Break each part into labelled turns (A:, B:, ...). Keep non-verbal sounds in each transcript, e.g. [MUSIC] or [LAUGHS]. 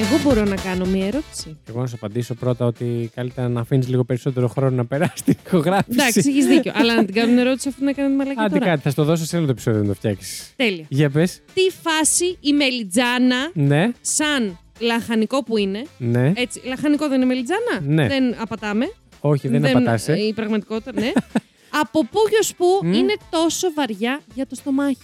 A: Εγώ μπορώ να κάνω μία ερώτηση.
B: Εγώ να σου απαντήσω πρώτα ότι καλύτερα να αφήνεις λίγο περισσότερο χρόνο να περάσεις την ηχογράφηση.
A: Εντάξει, έχεις δίκιο. αλλά να την κάνουν ερώτηση αφού να κάνουν μαλακή
B: Άντε
A: τώρα.
B: κάτι, θα στο δώσω σε άλλο το επεισόδιο να το φτιάξεις.
A: Τέλεια.
B: Για πες.
A: Τι φάση η μελιτζάνα
B: Ναι,
A: σαν λαχανικό που είναι.
B: ναι.
A: Έτσι, λαχανικό δεν είναι μελιτζάνα.
B: Ναι.
A: Δεν απατάμε.
B: Όχι, δεν, απατάσαι.
A: Η πραγματικότητα,
B: [LAUGHS]
A: ναι. Από πού και ως πού είναι τόσο βαριά για το
B: [LAUGHS]
A: στομάχι.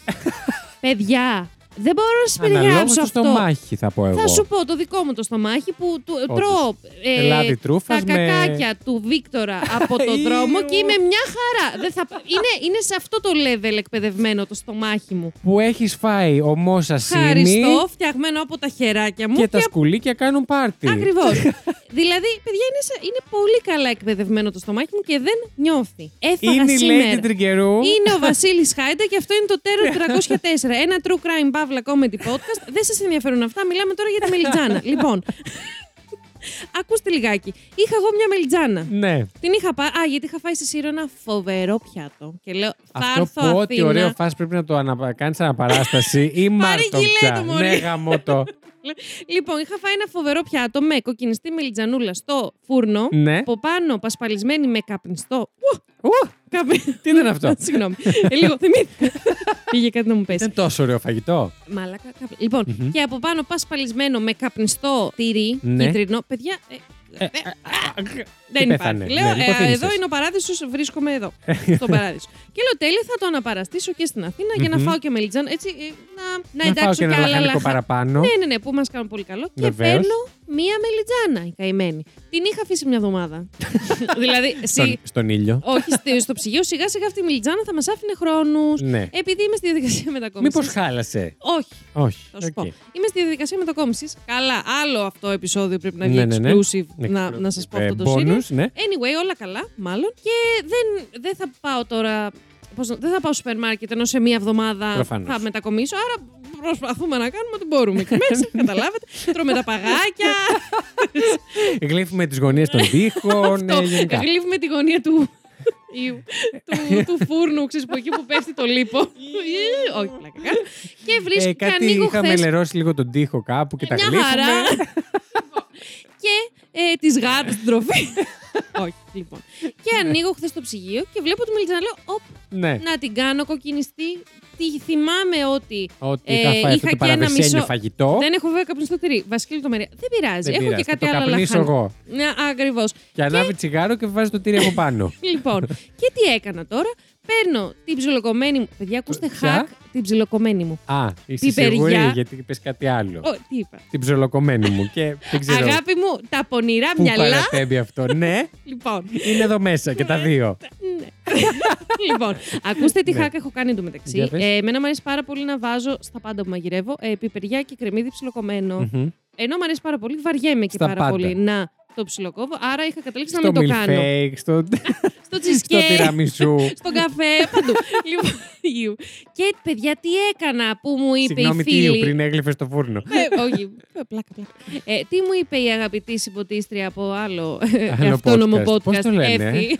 A: Παιδιά, δεν μπορώ να σας
B: Αναλόγως
A: περιγράψω
B: το
A: αυτό.
B: στομάχι θα πω εγώ.
A: Θα σου πω το δικό μου το στομάχι που του,
B: Όντως.
A: τρώω ε,
B: Ελάτι
A: τα
B: τρούφας με-
A: κακάκια του Βίκτορα από τον δρόμο
B: [LAUGHS] Ιου.
A: και είμαι μια χαρά. Δεν θα... είναι, είναι σε αυτό το level εκπαιδευμένο το στομάχι μου.
B: Που έχεις φάει ομό ασίμι
A: Ευχαριστώ, φτιαγμένο από τα χεράκια μου
B: και
A: και,
B: τα σκουλίκια κάνουν πάρτι.
A: Ακριβώς.
B: [LAUGHS]
A: δηλαδή, παιδιά, είναι, σε- είναι πολύ καλά εκπαιδευμένο το στομάχι μου και δεν νιώθει. Έφαγα
B: Είναι η
A: σήμερα.
B: Lady Τριγκερού.
A: Είναι ο Βασίλης Χάιντα και αυτό είναι το
B: [LAUGHS]
A: Terror 304. Ένα true crime παύλα comedy podcast. Δεν σας ενδιαφέρουν αυτά. Μιλάμε τώρα για τη
B: [LAUGHS]
A: μελιτζάνα. λοιπόν. Ακούστε λιγάκι. Είχα εγώ μια μελιτζάνα.
B: Ναι.
A: Την είχα πάει. Α, γιατί είχα φάει σε σύρο ένα φοβερό πιάτο. Και λέω, θα
B: Αυτό
A: έρθω
B: που ό,τι
A: Αθήνα.
B: ωραίο φας πρέπει να το ανα... κάνεις
A: [LAUGHS]
B: αναπαράσταση ή μάρτον
A: γυλαίκο,
B: πια.
A: μωρή.
B: Ναι, γαμώτο.
A: Λοιπόν, είχα φάει ένα φοβερό πιάτο με κοκκινιστή μελιτζανούλα στο φούρνο. [LAUGHS]
B: Ναι.
A: Από πάνω πασπαλισμένη με καπνιστό. Ου,
B: Ου,
A: καπνι-
B: Τι ήταν αυτό.
A: [LAUGHS] Συγγνώμη. Ε, Λίγο
B: [LAUGHS]
A: θυμήθηκα. Πήγε κάτι να μου πέσει.
B: Δεν τόσο ωραίο φαγητό.
A: Μαλάκα. καπ- λοιπον και από πάνω πασπαλισμένο με καπνιστό τυρί
B: Ναι.
A: κίτρινο. Παιδιά, ε, ε,
B: Ε, α,
A: δεν
B: και
A: υπάρχει.
B: πέθανε.
A: Λέω,
B: Ναι,
A: ε,
B: υποθύμησες.
A: εδώ είναι ο παράδεισος, βρίσκομαι εδώ.
B: Ε.
A: στον παράδεισο. Και λέω, τέλεια, θα το αναπαραστήσω και στην Αθήνα για να
B: Μμμ.
A: φάω και μελιτζάν. Έτσι, ε, να, να
B: Να φάω
A: εντάξω
B: και ένα
A: άλλα
B: λαχανικό
A: λαχα-
B: παραπάνω.
A: Ναι, ναι, ναι, που μας κάνουν πολύ καλό. Και
B: Βεβαίως.
A: παίρνω μία μελιτζάνα, η καημένη. Την είχα αφήσει μια
B: [LAUGHS]
A: εβδομάδα. δηλαδή,
B: Στον,
A: σι...
B: στον ήλιο.
A: όχι στο- στο ψυγείο, σιγά σιγά αυτή η μελιτζάνα θα μας άφηνε χρόνους.
B: Ναι.
A: Επειδή είμαι στη διαδικασία μετακόμισης.
B: Μήπως χάλασε.
A: Όχι.
B: Όχι.
A: Θα σου
B: Οκ.
A: πω. Είμαι στη διαδικασία μετακόμισης. Καλά, άλλο αυτό επεισόδιο πρέπει να βγει
B: Ναι, ναι, ναι.
A: exclusive
B: Ναι,
A: να,
B: exclusive.
A: να σας πω
B: Ε,
A: αυτό το
B: bonus,
A: series.
B: ναι.
A: Anyway, όλα καλά, μάλλον. Και δεν, δεν θα πάω τώρα. Πώς, να- δεν θα πάω σούπερ μάρκετ ενώ σε μία εβδομάδα
B: Προφανώς.
A: θα μετακομίσω. Άρα προσπαθούμε να κάνουμε ό,τι μπορούμε.
B: [LAUGHS]
A: Και μέσα, καταλάβατε. Τρώμε τα παγάκια. Ε.
B: Γλύφουμε τις γωνίες
A: [LAUGHS]
B: των τοίχων. ε,
A: το
B: γενικά.
A: γλύβουμε τη γωνία του. [LAUGHS] Ιου, του, του φούρνου, ξέρεις, που εκεί που πέφτει το
B: [LAUGHS]
A: λίπο. Ιου, Όχι, πλάκα. κάνω. Και βρίσκω
B: Ε,
A: και
B: κάτι
A: ανοίγω
B: είχα
A: χθες
B: μελερώσει λίγο τον τοίχο κάπου και τα
A: Μια
B: γλύφουμε.
A: χαρά. και ε, τη γάτα στην
B: [LAUGHS]
A: τροφή. Όχι, λοιπόν. Και ανοίγω χθες το ψυγείο και βλέπω τη Μελιτζάνα. Λέω, «Οπ,
B: Ναι.
A: να την κάνω κοκκινιστή. Τι θυμάμαι ότι.
B: Ότι
A: ε,
B: είχα φάει αυτό
A: είχα
B: το
A: και ένα
B: παραδεσένιο
A: μισό-
B: φαγητό.
A: Δεν έχω βέβαια καπνιστό τυρί. Βασίλη το μερία. Δεν πειράζει.
B: Δεν
A: έχω
B: πειράζει,
A: και
B: θα
A: κάτι
B: το
A: άλλο
B: καπνίσω
A: λαχάνι.
B: εγώ.
A: Ναι, ακριβώς.
B: Και ανάβει τσιγάρο και βάζει το τύρι από πάνω.
A: [LAUGHS] λοιπόν, και τι έκανα τώρα. Παίρνω την ψιλοκομμένη μου. Παιδιά, ακούστε,
B: Ποια?
A: hack την ψιλοκομμένη μου.
B: Α, είσαι
A: Πιπεριά.
B: σίγουρη γιατί είπες κάτι άλλο.
A: Ω, τι είπα.
B: Την ψολοκομμένη μου και δεν ξέρω
A: Αγάπη μου, τα πονηρά
B: πού
A: μυαλά. Ναι.
B: παραπέμπει αυτό. ναι,
A: Λοιπόν,
B: είναι εδώ μέσα και τα δύο.
A: [LAUGHS] λοιπόν, ακούστε τι
B: Ναι.
A: χάκα έχω κάνει εντωμεταξύ.
B: Για πες.
A: Ε, εμένα μου αρέσει πάρα πολύ να βάζω στα πάντα που μαγειρεύω ε, πιπεριά και κρεμμύδι ψιλοκομμένο.
B: Μμμ.
A: Ενώ μου αρέσει πάρα πολύ, βαριέμαι και
B: Στα
A: πάρα
B: πάντα.
A: πολύ να το ψιλοκόβω. Άρα είχα καταλήξει να
B: Στο
A: μην το κάνω.
B: milkshake, στο,
A: [LAUGHS] Στο
B: στο
A: cheesecake, [LAUGHS]
B: τυραμισού.
A: στον καφέ, παντού. λοιπόν, [LAUGHS] ιου. και παιδιά, τι έκανα που μου είπε
B: Συγγνώμη,
A: η
B: τι
A: φίλη.
B: ήου, πριν έγλυφες στο φούρνο.
A: Ε, όχι, ε, πλάκα, πλάκα. Ε, τι μου είπε η αγαπητή συμποτίστρια από άλλο, ε,
B: Άλλο
A: αυτόνομο
B: podcast.
A: podcast,
B: Πώς το λένε, ε?
A: Εφη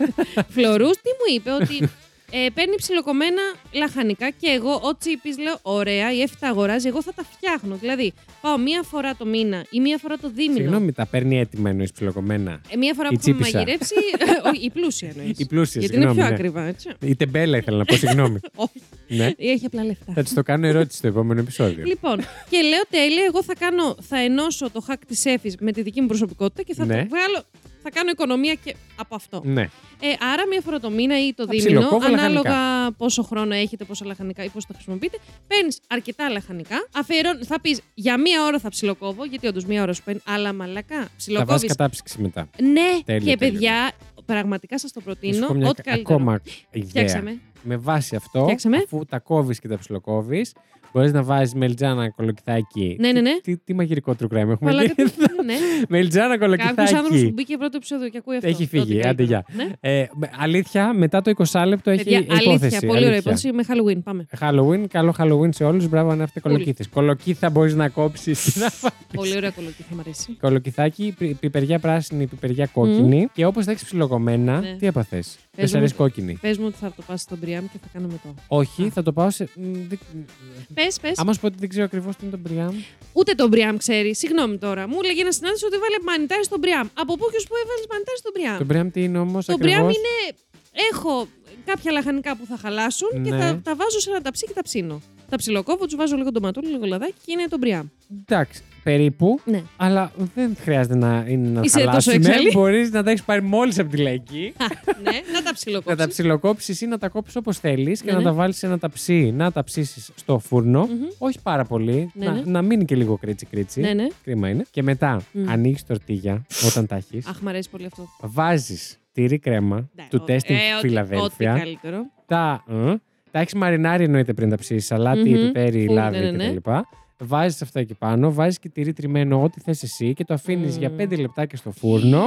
A: Φλωρούς, τι μου είπε ότι ε, παίρνει ψιλοκομμένα λαχανικά και εγώ ό τσίπης λέω ωραία, η Εφη τα αγοράζει, εγώ θα τα φτιάχνω. Δηλαδή πάω μία φορά το μήνα ή μία φορά το δίμηνο.
B: Συγγνώμη, τα παίρνει έτοιμα εννοείς ψιλοκομμένα.
A: Ε, μία φορά
B: Η
A: που έχουμε
B: τσίπισσα.
A: μαγειρέψει, ε, όχι, η πλούσια εννοείς.
B: Η πλούσια,
A: Γιατί είναι
B: συγγνώμη.
A: πιο
B: ναι.
A: ακριβά, έτσι.
B: Η τεμπέλα ήθελα να πω,
A: [LAUGHS]
B: συγγνώμη.
A: Όχι,
B: ναι.
A: έχει απλά λεφτά.
B: Θα της το κάνω ερώτηση στο επόμενο επεισόδιο.
A: Λοιπόν, και λέω τέλεια, εγώ θα, κάνω, θα ενώσω το hack τη έφη με τη δική μου προσωπικότητα και θα
B: Ναι.
A: το βγάλω. Θα κάνω οικονομία και από αυτό.
B: ναι.
A: Ε, άρα, μία φορά το μήνα ή το
B: Τα
A: δίμηνο,
B: ψιλοκόβω
A: ανάλογα
B: λαχανικά.
A: πόσο χρόνο έχετε, πόσα λαχανικά ή πώς τα χρησιμοποιείτε, παίρνεις αρκετά λαχανικά. Αφιερών, θα πεις για μία ώρα θα ψιλοκόβω, γιατί όντως μία ώρα σου παίρνει, αλλά μαλακά.
B: Θα βάζεις
A: Ψιλοκόβεις.
B: κατάψυξη μετά.
A: Ναι,
B: Τέλειο,
A: και
B: τέλειο.
A: παιδιά, πραγματικά σας το
B: Να σου
A: προτείνω.
B: πω μια
A: Ό,τι
B: κα-
A: καλύτερο.
B: ακόμα ιδέα.
A: Φτιάξαμε.
B: Με βάση αυτό,
A: Φτιάξαμε.
B: αφού τα κόβεις και τα ψιλοκόβεις, μπορείς να βάζεις μελτζάνα κολοκυθάκι.
A: Ναι, ναι, ναι.
B: Τι, τι, τι μαγειρικό true crime έχουμε
A: Μαλάκα,
B: [LAUGHS] γίνει.
A: τι- ναι.
B: Μελιτζάνα
A: Κάποιος άνθρωπος που
B: κολοκυθάκι.
A: μπήκε πρώτο επεισόδιο και ακούει αυτό.
B: Έχει
A: τότε
B: φύγει,
A: καλύτερα.
B: άντε γεια.
A: Ναι.
B: Ε, με- αλήθεια, μετά το 20 λεπτό έχει
A: Παιδιά, αλήθεια,
B: υπόθεση.
A: πολύ ωραία υπόθεση με Halloween. Πάμε.
B: Halloween, καλό Halloween σε όλους. Μπράβο αν έχετε
A: Πολύ.
B: κολοκύθες. Κολοκύθα μπορείς να κόψεις.
A: Πολύ ωραία κολοκύθα, μου αρέσει.
B: Κολοκυθάκι, πι- πιπεριά πράσινη, πιπεριά κόκκινη. Και όπως τα έχεις ψιλοκομμένα,
A: Ναι.
B: τι έπαθες. Δεν
A: Παίζουμε-
B: σου αρέσει κόκκινη.
A: Πες μου ότι θα το πας στον Μπριάμ και θα κάνουμε το.
B: Όχι,
A: Α.
B: θα το πάω σε. μ, δεν-
A: Πες, πες.
B: Άμα σου πω ότι δεν ξέρω ακριβώς τι είναι το Μπριάμ.
A: Ούτε τον Μπριάμ ξέρει. Συγγνώμη τώρα. Μου έλεγε ένας συνάδελφο ότι βάλε μανιτάρι στον Μπριάμ. Από πού και ως πού έβαλες μανιτάρι στον
B: Το
A: Μπριάμ.
B: Μπριάμ τι είναι όμως.
A: Το Μπριάμ είναι. Έχω κάποια λαχανικά που θα χαλάσουν και
B: Ναι.
A: θα τα βάζω σε ένα ταψί και τα ψήνω. Τα ψιλοκόβω, τους βάζω λίγο ντοματούλι, λίγο λαδάκι και είναι το Μπριάμ.
B: Εντάξει, περίπου.
A: Ναι.
B: Αλλά δεν χρειάζεται να είναι να
A: Είσαι τόσο
B: χαλάσουμε.
A: εξέλι.
B: Μπορείς να τα έχεις πάρει μόλις από τη λαϊκή.
A: [LAUGHS] ναι, να τα
B: να τα
A: ψιλοκόψω.
B: ψιλοκόψεις ή να τα κόψεις όπως θέλεις και
A: Ναι,
B: να
A: ναι.
B: τα βάλεις σε ένα ταψί να τα ψήσεις στο φούρνο. Όχι πάρα πολύ.
A: Ναι,
B: να,
A: ναι.
B: να μείνει και λίγο κρίτσι-κρίτσι.
A: ναι, ναι.
B: Κρίμα είναι. Και μετά
A: Μμ.
B: ανοίγει τορτίγια όταν τα έχεις.
A: Αχ, μ' αρέσει πολύ αυτό.
B: Βάζεις τυρί κρέμα
A: Ναι,
B: του
A: ό-
B: τέστινγκ
A: ε, ό,τι- Ό,τι
B: Φιλαδέλφια.
A: καλύτερο.
B: Τα, μ, τα έχεις μαρινάρει εννοείται πριν τα ψήσεις. Σαλάτι,
A: Μμμ.
B: πιπέρι,
A: Φουλ,
B: λάδι
A: ναι, ναι, ναι.
B: κτλ. Βάζεις αυτά εκεί πάνω, βάζεις και τυρί τριμμένο, ό,τι θες εσύ και το αφήνεις
A: Μμ.
B: για 5 λεπτάκια στο φούρνο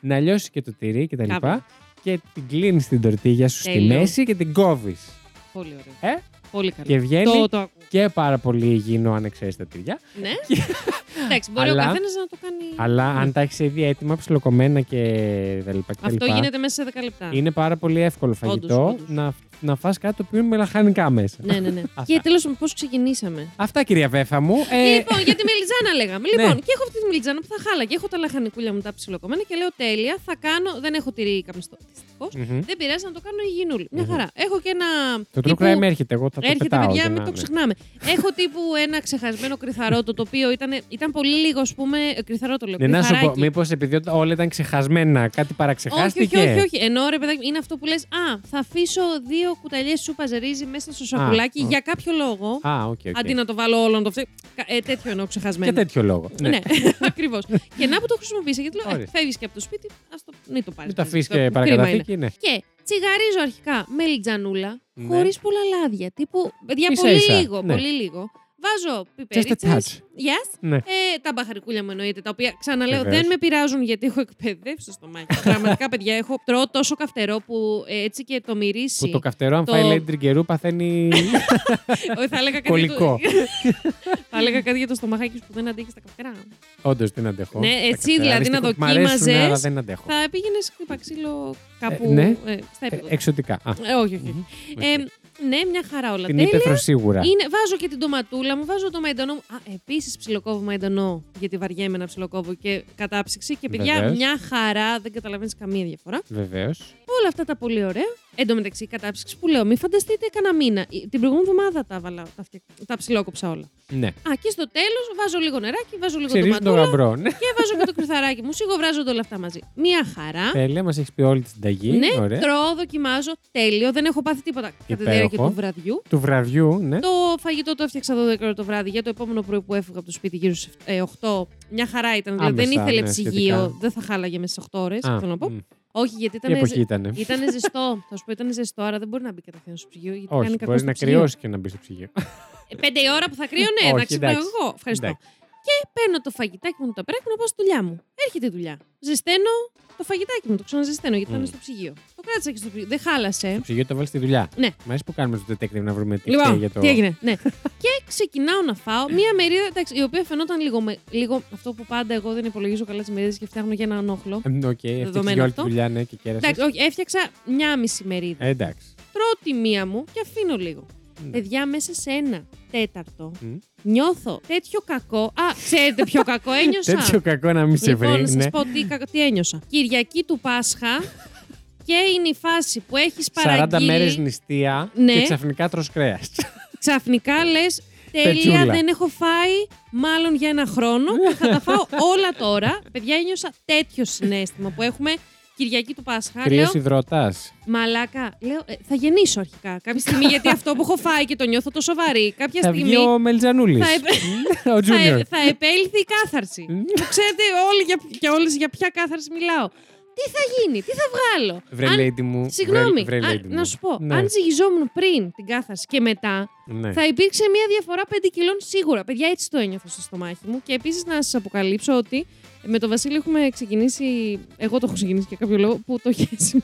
B: να λιώσεις και το τυρί κτλ. Και,
A: Κάβα.
B: και την κλείνεις την τορτίγια σου στη
A: Τέλειο.
B: μέση και την κόβεις.
A: Πολύ ωραίο.
B: Ε?
A: Πολύ καλό.
B: Και βγαίνει
A: Το, το ακούω.
B: και πάρα πολύ υγιεινό αν εξαίρεσαι τα τυριά.
A: Ναι. Εντάξει, μπορεί
B: Αλλά-
A: ο καθένας να το κάνει.
B: Αλλά
A: Ναι.
B: αν τα έχεις ήδη έτοιμα, ψιλοκομμένα και τα λοιπά. και τα
A: Αυτό
B: λοιπά,
A: γίνεται μέσα σε 10 λεπτά.
B: Είναι πάρα πολύ εύκολο φαγητό
A: Όντως, όντως.
B: να, να φας κάτι το οποίο είναι με λαχανικά μέσα.
A: Ναι,
B: [LAUGHS]
A: ναι, ναι.
B: Αυτά.
A: και τέλος, πώς ξεκινήσαμε.
B: Αυτά κυρία Βέφα μου. Ε,
A: Λοιπόν, για τη μιλιτζάνα λέγαμε.
B: ναι.
A: Λοιπόν, και έχω αυτή τη μιλιτζάνα που θα χάλα και έχω τα λαχανικούλια μου τα ψιλοκομμένα και λέω τέλεια, θα κάνω. Δεν έχω τυρί καπνιστό. δυστυχώς.
B: μμμ.
A: Δεν πειράζει να το κάνω υγιεινούλη. Μια
B: Μμμ.
A: χαρά. Έχω και ένα.
B: Το true
A: τύπου-
B: crime έρχεται, εγώ θα το
A: Έρχεται,
B: πετάω.
A: παιδιά,
B: δεν
A: μην το
B: είναι.
A: ξεχνάμε. Έχω τύπου ένα ξεχασμένο κρυθαρότο, το οποίο ήταν, ήταν πολύ λίγο, ας πούμε. ε, Κρυθαρότο λέω.
B: Ναι, να σου πω,
A: κρυθαράκι.
B: μήπως επειδή όλα ήταν ξεχασμένα, κάτι
A: Όχι,
B: παραξεχάστηκε.
A: όχι, όχι, όχι. Ενώ ρε παιδάκι, είναι αυτό που λες. Α, θα αφήσω δύο κουταλιέ σούπα ζερίζι μέσα στο σακουλάκι
B: ω.
A: για κάποιο λόγο.
B: Α, οκ, οκ.
A: Αντί να το βάλω όλο να το φτιάξω. Ε, τέτοιο εννοώ ξεχασμένο.
B: Για τέτοιο λόγο.
A: Ναι, [LAUGHS] ακριβώς. και να που το χρησιμοποίησα, γιατί λέω, ε,
B: Ορίστε.
A: φεύγεις και από το σπίτι, ας το μην το πάρεις.
B: Μην το αφήσεις και παρακαταθήκη, ναι.
A: Και τσιγαρίζω αρχικά με λιτζανούλα,
B: Ναι.
A: χωρίς πολλά λάδια. Τύπου, παιδιά,
B: Ίσα-
A: πολύ
B: ίσα,
A: λίγο,
B: ναι.
A: πολύ λίγο. Βάζω
B: Just a
A: πιπερίτσες,
B: touch.
A: Yes.
B: Ναι.
A: Ε, τα μπαχαρικούλια μου εννοείται, τα οποία ξαναλέω
B: Βεβαίως.
A: δεν με πειράζουν γιατί έχω εκπαιδεύσει στο
B: [LAUGHS]
A: στομάχι. Πραγματικά, παιδιά, έχω τρώω τόσο καυτερό που ε, έτσι και το μυρίσει.
B: Που το καυτερό, αν
A: Το-
B: φάει λέει τριγκερού, παθαίνει
A: Ε, θα έλεγα κάτι για το-
B: κολλικό.
A: [LAUGHS] θα έλεγα κάτι για το στομαχάκι σου που δεν αντέχεις τα καυτερά.
B: Όντως δεν αντέχω.
A: Ναι,
B: Τα
A: έτσι,
B: καυτερά,
A: δηλαδή,
B: δυστυχώς,
A: να
B: μ' αρέσουν,
A: δοκίμαζες.
B: αλλά δεν αντέχω.
A: Θα πήγαινες ξύλο κάπου
B: Ε, ναι.
A: ε, στα
B: Ε,
A: επίπεδα.
B: Εξωτικά. Α,
A: Ε, όχι, όχι.
B: οκ.
A: Ε, ναι, μια χαρά όλα.
B: Την
A: Τέλεια.
B: ύπεθρο σίγουρα.
A: Είναι, βάζω και την τοματούλα μου, βάζω το μαϊντανό μου. Α, επίσης ψιλοκόβω μαϊντανό, γιατί βαριέμαι να ψιλοκόβω και κατάψυξη. Και παιδιά,
B: Βεβαίως.
A: μια χαρά, δεν καταλαβαίνεις καμία διαφορά.
B: Βεβαίως.
A: Όλα αυτά τα πολύ ωραία. Εν τω μεταξύ, η κατάψυξη που λέω, μην φανταστείτε κανένα μήνα. Ε, Την προηγούμενη εβδομάδα τα, βάλα, τα, φτια... τα ψιλόκοψα όλα.
B: Ναι.
A: Α, και στο τέλος βάζω λίγο νεράκι, βάζω λίγο
B: Ξυρίζουν το
A: τοματούλα
B: γαμπρό. Ναι.
A: και βάζω και το κρυθαράκι μου. Σιγοβράζονται όλα αυτά μαζί. Μια χαρά.
B: Τέλεια, μας έχεις πει όλη τη συνταγή.
A: Ναι,
B: Ωραία.
A: τρώω, δοκιμάζω. Τέλειο. Δεν έχω πάθει τίποτα κατά τη
B: Υπέροχο.
A: διάρκεια του βραδιού.
B: Του βραδιού, ναι.
A: Το φαγητό το έφτιαξα 12 ώρα το βράδυ για το επόμενο πρωί που έφυγα από το σπίτι γύρω στις 8. Μια χαρά ήταν. Δηλαδή δεν
B: Άμεσα,
A: ήθελε
B: ναι,
A: ψυγείο.
B: σχετικά.
A: Δεν θα χάλαγε μέσα στι 8 ώρες.
B: Α,
A: Θέλω να πω.
B: μ.
A: Όχι, γιατί
B: Τι
A: ήταν.
B: εποχή ήταν.
A: Ήταν ζεστό. Θα σου πω, ήταν ζεστό, άρα δεν μπορεί να μπει κατευθείαν στο ψυγείο. Γιατί
B: Όχι,
A: κάνει κακό
B: μπορεί
A: στο
B: να
A: ψυγείο.
B: κρυώσει και να μπει στο ψυγείο.
A: Ε, Πέντε η ώρα που θα κρύωνε,
B: Όχι,
A: να ξυπνάω
B: εντάξει.
A: εγώ. Ευχαριστώ.
B: Εντάξει.
A: Και παίρνω το φαγητάκι μου, το παίρνω να πάω στη δουλειά μου. Έρχεται η δουλειά. Ζεσταίνω το φαγητάκι μου, το ξαναζεσταίνω γιατί ήταν
B: Μμμ. Ε,
A: στο ψυγείο. Το κράτησα και στο ψυγείο. Δεν χάλασε.
B: Το ψυγείο το βάλεις στη δουλειά.
A: Ναι.
B: Μ' αρέσει που κάνουμε το detective να βρούμε τι
A: Λοιπόν,
B: φταίει για το.
A: τι έγινε.
B: [LAUGHS]
A: Ναι. και ξεκινάω να φάω μία μερίδα εντάξει, η οποία φαινόταν λίγο, με, λίγο αυτό που πάντα εγώ δεν υπολογίζω καλά τις μερίδες και φτιάχνω για έναν όχλο.
B: Μ, Οκ, έφτιαξε
A: Δεδομένο
B: για όλη τη
A: αυτό.
B: δουλειά, ναι, και κέρασες.
A: Εντάξει, όχι, έφτιαξα μία μισή μερίδα.
B: Εντάξει.
A: Τρώω τη μία μου και αφήνω λίγο.
B: Ναι.
A: Παιδιά, μέσα σε ένα τέταρτο
B: Μμ.
A: νιώθω τέτοιο κακό. Α, ξέρετε ποιο κακό ένιωσα.
B: Τέτοιο κακό να μην σε
A: λοιπόν,
B: βρει.
A: να
B: ναι.
A: σα πω τι, κακ- τι ένιωσα. Κυριακή του Πάσχα και είναι η φάση που έχεις
B: 40 μέρε
A: παραγγείλει.
B: νηστεία
A: Ναι.
B: και ξαφνικά τρως κρέας.
A: Ξαφνικά λες, τέλεια,
B: Πετσούλα.
A: δεν έχω φάει μάλλον για ένα χρόνο και θα τα φάω όλα τώρα. Παιδιά, ένιωσα τέτοιο συνέστημα που έχουμε Κυριακή του Πάσχα. Λέω,
B: Κρύο υδροτά.
A: μαλάκα, λέω, «Ε, θα γεννήσω αρχικά κάποια στιγμή γιατί αυτό που έχω φάει και το νιώθω το σοβαρή. Κάποια
B: Θα
A: στιγμή
B: βγει ο Μελτζανούλης.
A: θα επε-
B: [LAUGHS] Ο
A: θα,
B: Junior. Ναι.
A: ε- θα επέλθει η κάθαρση. το ξέρετε όλοι για, και όλες για ποια κάθαρση μιλάω. Τι θα γίνει, τι θα βγάλω.
B: Βρε,
A: Αν-
B: lady μου. βρε-
A: Συγγνώμη,
B: βρε,
A: αν-
B: lady μου.
A: να σου πω,
B: Ναι,
A: αν ζυγιζόμουν πριν την κάθαρση και μετά,
B: ναι.
A: θα υπήρξε μια διαφορά 5 κιλών σίγουρα. Παιδιά, έτσι το ένιωθα στο στομάχι μου. Και επίσης να σας αποκαλύψω ότι Με τον Βασίλη έχουμε ξεκινήσει. Εγώ το έχω ξεκινήσει για κάποιο λόγο που το [LAUGHS] χέσιμο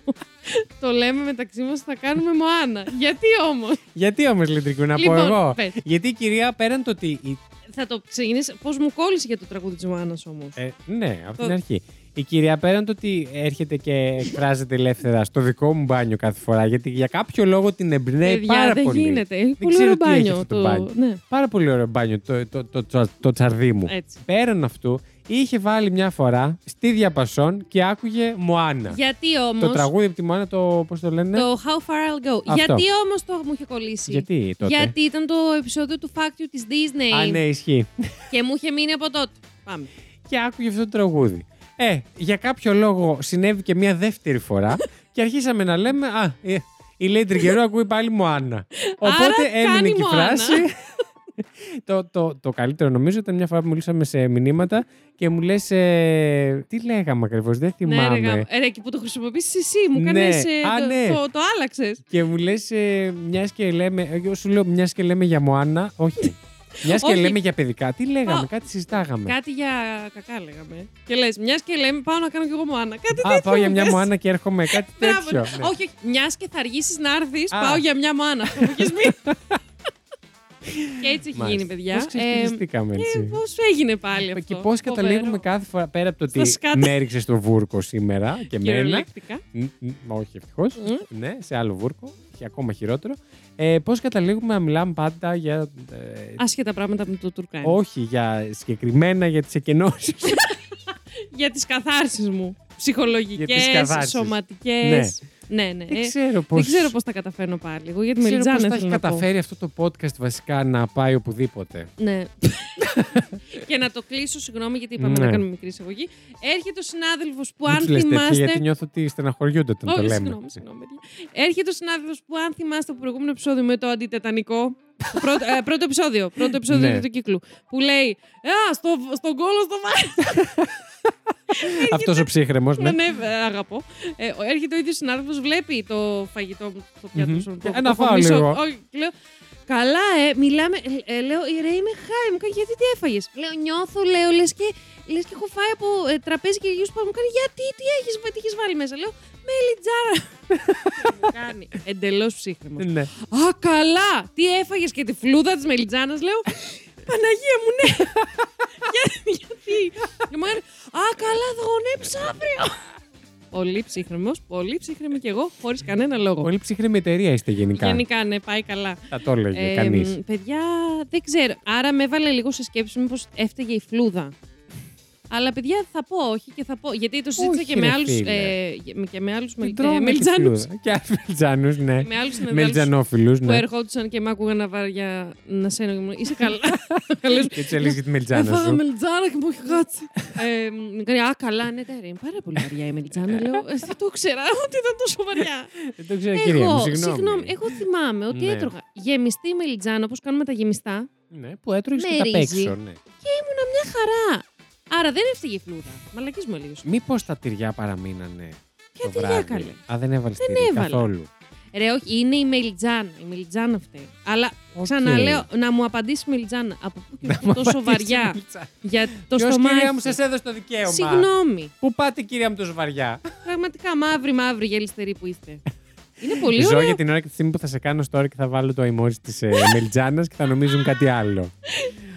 A: το λέμε μεταξύ μας θα κάνουμε
B: [LAUGHS]
A: Μωάνα. Γιατί όμως.
B: Γιατί όμως λιτρικού, να πω
A: Λοιπόν,
B: εγώ.
A: πες.
B: Γιατί η κυρία πέραν το ότι. η-
A: Θα το ξεκινήσεις. Πώς μου κόλλησε για το τραγούδι της Μωάνα όμως.
B: ε, ναι, από
A: Το-
B: την αρχή. Η κυρία πέραν το ότι έρχεται και εκφράζεται ελεύθερα στο δικό μου μπάνιο κάθε φορά. Γιατί για κάποιο λόγο την εμπνέει πάρα
A: δεν
B: πολύ.
A: γίνεται. Έχει πολύ
B: ξέρω
A: ωραίο
B: τι έχει
A: μπάνιο.
B: αυτό το
A: Το...
B: μπάνιο.
A: Ναι,
B: Πάρα πολύ ωραίο μπάνιο το, το, το, το, το τσαρδί μου.
A: έτσι.
B: Πέραν αυτού, είχε βάλει μια φορά στη διαπασόν και άκουγε Μωάνα.
A: Γιατί όμω.
B: Το τραγούδι από τη Μωάνα, το πώς το λένε.
A: Το How Far I'll Go.
B: Αυτό.
A: Γιατί όμως το μου είχε κολλήσει.
B: Γιατί τότε.
A: Γιατί ήταν το επεισόδιο του Fact You της Disney.
B: Α, ναι, ισχύει.
A: Και μου είχε μείνει από τότε. Πάμε.
B: και άκουγε αυτό το τραγούδι. Ε, για κάποιο λόγο συνέβη και μια δεύτερη
A: [LAUGHS]
B: φορά και αρχίσαμε να λέμε Α, ε, η λέει τριγερό ακούει πάλι Μωάννα. Οπότε
A: κάνει
B: έμεινε και η
A: Μωάννα.
B: φράση. [LAUGHS] το, το, το καλύτερο νομίζω ήταν μια φορά που μιλούσαμε σε μηνύματα και μου λες. τι λέγαμε ακριβώς, δεν θυμάμαι.
A: Ναι, ρε, γαμ- ρε, εκεί που το χρησιμοποιήσει εσύ, μου κάνει.
B: Ναι. Α,
A: το,
B: ναι.
A: το, το άλλαξες.
B: και μου λες, μιας και λέμε. ε, Εγώ σου λέω, μιας και λέμε για Μωάννα.
A: [LAUGHS]
B: Όχι. Μιας και
A: Όχι.
B: λέμε για παιδικά. Τι λέγαμε,
A: Α,
B: κάτι συζητάγαμε.
A: Κάτι για κακά λέγαμε. Και λες, μιας και λέμε, πάω να κάνω κι εγώ Μωάνα. Κάτι
B: Α,
A: τέτοιο.
B: πάω για μια
A: μου λες.
B: Μωάννα και έρχομαι. Κάτι
A: [LAUGHS] Μπράβο,
B: τέτοιο.
A: ναι.
B: ναι.
A: Όχι, μιας και θα αργήσεις να έρθεις,
B: Α.
A: πάω για μια Μωάνα. Αυτό μου έχεις
B: [LAUGHS]
A: μείνει. Και έτσι έχει γίνει, παιδιά.
B: Πώς ξεχωριστήκαμε έτσι.
A: Πώς έγινε πάλι αυτό.
B: και πώ
A: Φοβερό.
B: καταλήγουμε κάθε φορά πέρα από το
A: Στα
B: ότι
A: σκάτα.
B: με έριξε στο βούρκο σήμερα και μένα.
A: Κυριολεκτικά.
B: Ν- ν- Όχι, ευτυχώς. Ναι, σε άλλο βούρκο. Και ακόμα χειρότερο. Ε, πώς καταλήγουμε να μιλάμε πάντα για. ε,
A: Άσχετα πράγματα με το Τουρκάνι.
B: όχι, για συγκεκριμένα για τις εκενώσεις.
A: Για τις καθάρσεις μου. Ψυχολογικέ,
B: τις καθάρσεις.
A: σωματικές. Ναι, ναι.
B: δεν
A: Ε,
B: ξέρω πώ.
A: Δεν ξέρω πώς τα καταφέρνω πάλι. Εγώ για τη
B: Ξέρω
A: Μελιτζάνα
B: πώς τα
A: θέλω
B: έχει
A: να πω.
B: καταφέρει αυτό το podcast βασικά να πάει οπουδήποτε. [LAUGHS]
A: Ναι. και να το κλείσω, συγγνώμη, γιατί είπαμε
B: Ναι.
A: να κάνουμε μικρή εισαγωγή. Έρχεται ο συνάδελφος που,
B: Μην
A: αν
B: τους λες τέτοια,
A: θυμάστε.
B: γιατί νιώθω ότι στεναχωριούνται όταν
A: Όχι,
B: το λέμε.
A: συγγνώμη, συγγνώμη. παιδιά. Έρχεται ο συνάδελφος που, αν θυμάστε, το προηγούμενο επεισόδιο με το αντιτετανικό. το πρώτο, ε, πρώτο επεισόδιο, πρώτο επεισόδιο
B: Ναι.
A: του κύκλου. Που λέει Α, στο, στον κόλο στο βάρη.
B: Αυτός ο ψύχρεμος, ναι.
A: ναι, ε, αγαπώ. Ε, ο- έρχεται ο ίδιος συνάδελφος, βλέπει το φαγητό μου στο πιάτο
B: Μμμ.
A: σου.
B: Και
A: το-
B: ένα
A: το
B: φάω
A: χωμίσω.
B: λίγο.
A: Όχι, λέω, Καλά, ε, μιλάμε. Ε, ε, λέω, η Ρέη με χάει, μου κάνει γιατί τι έφαγες. Λέω, νιώθω, λέω, λες και, λες και έχω φάει από ε, τραπέζι και γύρω μου κάνει γιατί, τι έχεις τι έχεις βάλει μέσα. Λέω, μελιτζάρα. μου κάνει εντελώς ψύχρεμος.
B: ναι.
A: Α, καλά! Τι έφαγες και τη φλούδα της μελιτζάνα, λέω. Παναγία μου, ναι! Για- γιατί? Και μου έκανε, Α, καλά, θα γονέψω αύριο! Πολύ ψύχρεμος, πολύ ψύχρεμη και εγώ, χωρίς κανένα λόγο.
B: Πολύ ψύχρεμη εταιρεία είστε γενικά.
A: Γενικά, ναι, πάει καλά.
B: Θα το έλεγε
A: Ε,
B: κανεί.
A: μ, παιδιά, δεν ξέρω. Άρα με έβαλε λίγο σε σκέψη μήπως έφταιγε η φλούδα. Αλλά παιδιά θα πω όχι και θα πω. Γιατί το συζήτησα
B: Όχι,
A: και, με
B: ρε
A: άλλους,
B: φίλε.
A: ε, και με άλλους
B: Τι τρώμε τη
A: μελιτζάνου.
B: φλούδα. [LAUGHS] Και άλλους μελιτζάνους, ναι.
A: Με άλλους
B: Μελιτζανόφιλους,
A: που
B: ναι.
A: ερχόντουσαν και με άκουγαν να βάρει για να σένω και μου λένε, Είσαι
B: [LAUGHS]
A: καλά. Καλώς.
B: Και έτσι έλεγε τη μελιτζάνα
A: Έφαγα
B: σου.
A: μελιτζάνα και μου έχει κάτσει. Ε, μου κάνει, Α, καλά, ναι, ναι, είναι πάρα πολύ βαριά η
B: Ναι.
A: μελιτζάνα. Λέω, «Ε, Δεν το ξέρα [LAUGHS] ότι ήταν τόσο βαριά.
B: Δεν Ε, το ξέρω, κυρία μου,
A: Εγώ,
B: συγγνώμη.
A: εγώ θυμάμαι ότι
B: Ναι.
A: έτρωγα γεμιστή μελιτζάνα, όπως κάνουμε τα γεμιστά,
B: Ναι, που έτρωγες
A: με
B: και τα
A: ρύζι.
B: παίξω, ναι.
A: μια χαρά. Άρα δεν έφταιγε η φλούδα. Μαλακής μου έλεγες.
B: Μήπως τα τυριά παραμείνανε.
A: Ποια
B: το
A: τυριά,
B: βράδυ.
A: καλέ?
B: Α, δεν έβαλες
A: Δεν
B: τυρί
A: έβαλα.
B: καθόλου.
A: Ρε, όχι, είναι η μελιτζάνα. Η μελιτζάνα αυτή. Αλλά
B: Οκ.
A: ξαναλέω, να μου απαντήσει η μελιτζάνα. Από πού και
B: Μα
A: πού τόσο
B: πατήσε
A: βαριά.
B: μελιτζάνα.
A: Για το
B: Ποιος, κυρία μου,
A: στομάχι.
B: σας έδωσε το δικαίωμα.
A: Συγγνώμη.
B: Πού πάτε, κυρία μου, τόσο βαριά.
A: Πραγματικά μαύρη, μαύρη γελιστερή που είστε. Είναι πολύ
B: Ζω
A: ωραίο.
B: για την ώρα και τη στιγμή που θα σε κάνω story και θα βάλω το emoji της Μελιτζάνας και θα νομίζουν κάτι
A: [LAUGHS]
B: άλλο.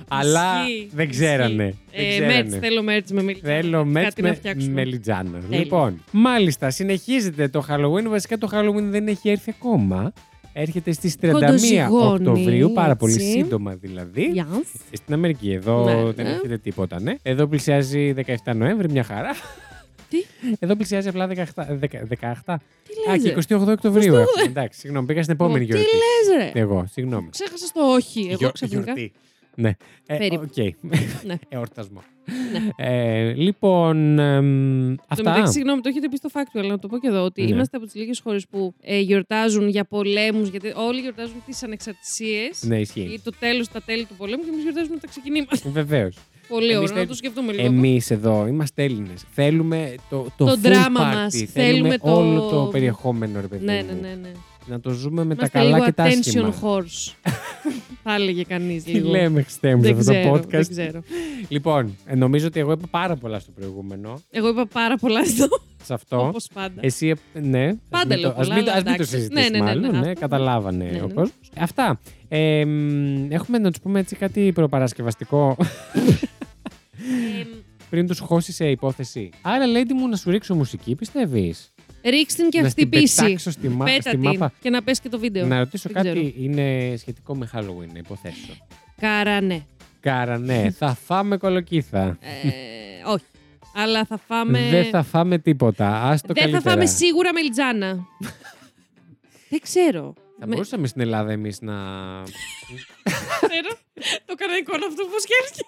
B: Αλλά
A: Ισχύει,
B: δεν
A: ισχύει.
B: ξέρανε. Δεν
A: Ε,
B: ξέρανε.
A: merch, θέλω merch με μελιτζάνα.
B: Θέλω μέτς
A: Κάτι να
B: με
A: φτιάξουμε.
B: μελιτζάνα.
A: Τέλεια.
B: Λοιπόν, μάλιστα, συνεχίζεται το Halloween. Βασικά το Halloween δεν έχει έρθει ακόμα. Έρχεται στις 31
A: Κοντοζυγώνει,
B: Οκτωβρίου, πάρα πολύ
A: έτσι.
B: σύντομα δηλαδή.
A: Yes.
B: Στην Αμερική, εδώ
A: Ναι,
B: δεν
A: ναι.
B: έρχεται τίποτα, ναι. Εδώ πλησιάζει 17 Νοέμβρη, μια χαρά.
A: Τι?
B: Εδώ πλησιάζει απλά 18. 18.
A: Τι
B: Α, και
A: λες, ρε.
B: 28 Οκτωβρίου. έχουμε. Εντάξει, συγγνώμη, πήγα στην επόμενη
A: Τι
B: γιορτή.
A: λες, ρε.
B: Εγώ, συγγνώμη.
A: Ξέχασα το όχι. Εγώ
B: Γιορ-
A: ξαφνικά.
B: γιορτή. Ναι. Ε,
A: Περίπου.
B: οκ.
A: Ναι.
B: [LAUGHS] Εορτασμό. Ε, λοιπόν, εμ,
A: Εν τω
B: αυτά.
A: μεταξύ, συγγνώμη, το έχετε πει στο Factual, αλλά να το πω και εδώ, ότι
B: Ναι.
A: είμαστε από τις λίγες χώρες που ε, γιορτάζουν για πολέμους, γιατί όλοι γιορτάζουν τις ανεξαρτησίες.
B: Ναι, ισχύει.
A: Ή το τέλος, τα τέλη του πολέμου και εμείς γιορτάζουμε τα ξεκινήματα.
B: Βεβαίως.
A: Πολύ
B: Εμείς
A: ωραίο, να
B: θέλ-
A: το σκεφτούμε λίγο.
B: Εμείς εδώ είμαστε Έλληνες. Θέλουμε το, το,
A: Το
B: full
A: δράμα
B: party.
A: μας.
B: Θέλουμε
A: Θέλουμε το-
B: όλο το περιεχόμενο, ρε παιδί
A: Ναι,
B: μου.
A: ναι, ναι. ναι.
B: Να το ζούμε με τα
A: Είμαστε λίγο
B: καλά και τα
A: attention
B: άσχημα.
A: horse. [LAUGHS] θα έλεγε κανείς
B: Τι
A: λίγο.
B: λέμε, Χριστέ μου, σε
A: δεν
B: αυτό
A: ξέρω,
B: το podcast.
A: δεν ξέρω.
B: Λοιπόν, ε, νομίζω ότι εγώ είπα πάρα πολλά στο προηγούμενο.
A: Εγώ είπα πάρα πολλά εδώ,
B: Σε αυτό.
A: όπως πάντα.
B: Εσύ, ε, ναι. ας
A: Πάντα
B: μην
A: λέω
B: το- ας
A: πολλά,
B: μην το-
A: αλλά
B: ας μην το
A: εντάξει.
B: συζητήσουμε
A: Ναι, ναι, ναι, ναι,
B: άλλο,
A: ας
B: ναι,
A: πούμε.
B: καταλάβανε
A: Ναι,
B: ο
A: ναι.
B: κόσμος. Αυτά. Ε, μ, έχουμε να τους πούμε έτσι κάτι προπαρασκευαστικό πριν τους χώσεις σε υπόθεση. Άρα, lady μου, να σου ρίξω μουσική, πιστεύεις.
A: Ε, Ρίξ την και
B: Να την
A: χτυπήσει.
B: πετάξω στη, μα...
A: Πέτα
B: στη
A: την
B: μάπα.
A: και να πες και το βίντεο.
B: Να ρωτήσω
A: Δεν
B: κάτι,
A: ξέρω.
B: είναι σχετικό με Halloween, να υποθέσω.
A: Κάρα ναι.
B: Κάρα, ναι, θα φάμε κολοκύθα.
A: Ε, όχι. Αλλά θα φάμε...
B: Δεν θα φάμε τίποτα. Ας το
A: Δεν
B: καλύτερα.
A: θα φάμε σίγουρα
B: [LAUGHS]
A: μελιτζάνα. Δεν ξέρω.
B: Θα
A: Με-
B: μπορούσαμε στην Ελλάδα εμείς να.
A: [LAUGHS] ξέρω. Το έκανα εικόνα αυτό που σκέφτηκε.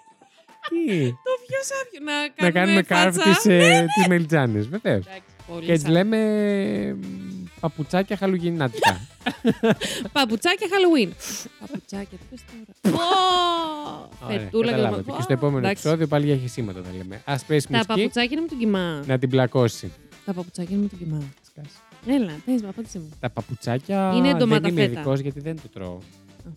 B: Τι?
A: Το πιο σάπιο. Να
B: να κάνουμε
A: κάνουμε
B: κάρβ
A: φάτσα. Ναι,
B: της ε, της μελιτζάνης, βεβαίως.
A: Εντάξει, πολύ
B: Και έτσι
A: σαν.
B: λέμε ε, παπουτσάκια χαλουγεννάτικα.
A: Παπουτσάκια Halloween. Παπουτσάκια, τι πες τώρα. Ω,
B: Ωραία,
A: Φετούλα και
B: καταλάβατε.
A: παπου-
B: Και στο
A: Ω,
B: επόμενο
A: εντάξει.
B: επεισόδιο πάλι για χεσήματα τα λέμε. Ας πέσει
A: Τα
B: μουσική
A: παπουτσάκια είναι με τον κοιμά.
B: να την πλακώσει.
A: Τα παπουτσάκια είναι με τον κοιμά.
B: Σκάς.
A: Έλα, πες μου, απάντησε μου.
B: Τα παπουτσάκια
A: Είναι
B: δεν
A: ντοματαφέτα.
B: είμαι ειδικός γιατί δεν το τρώω.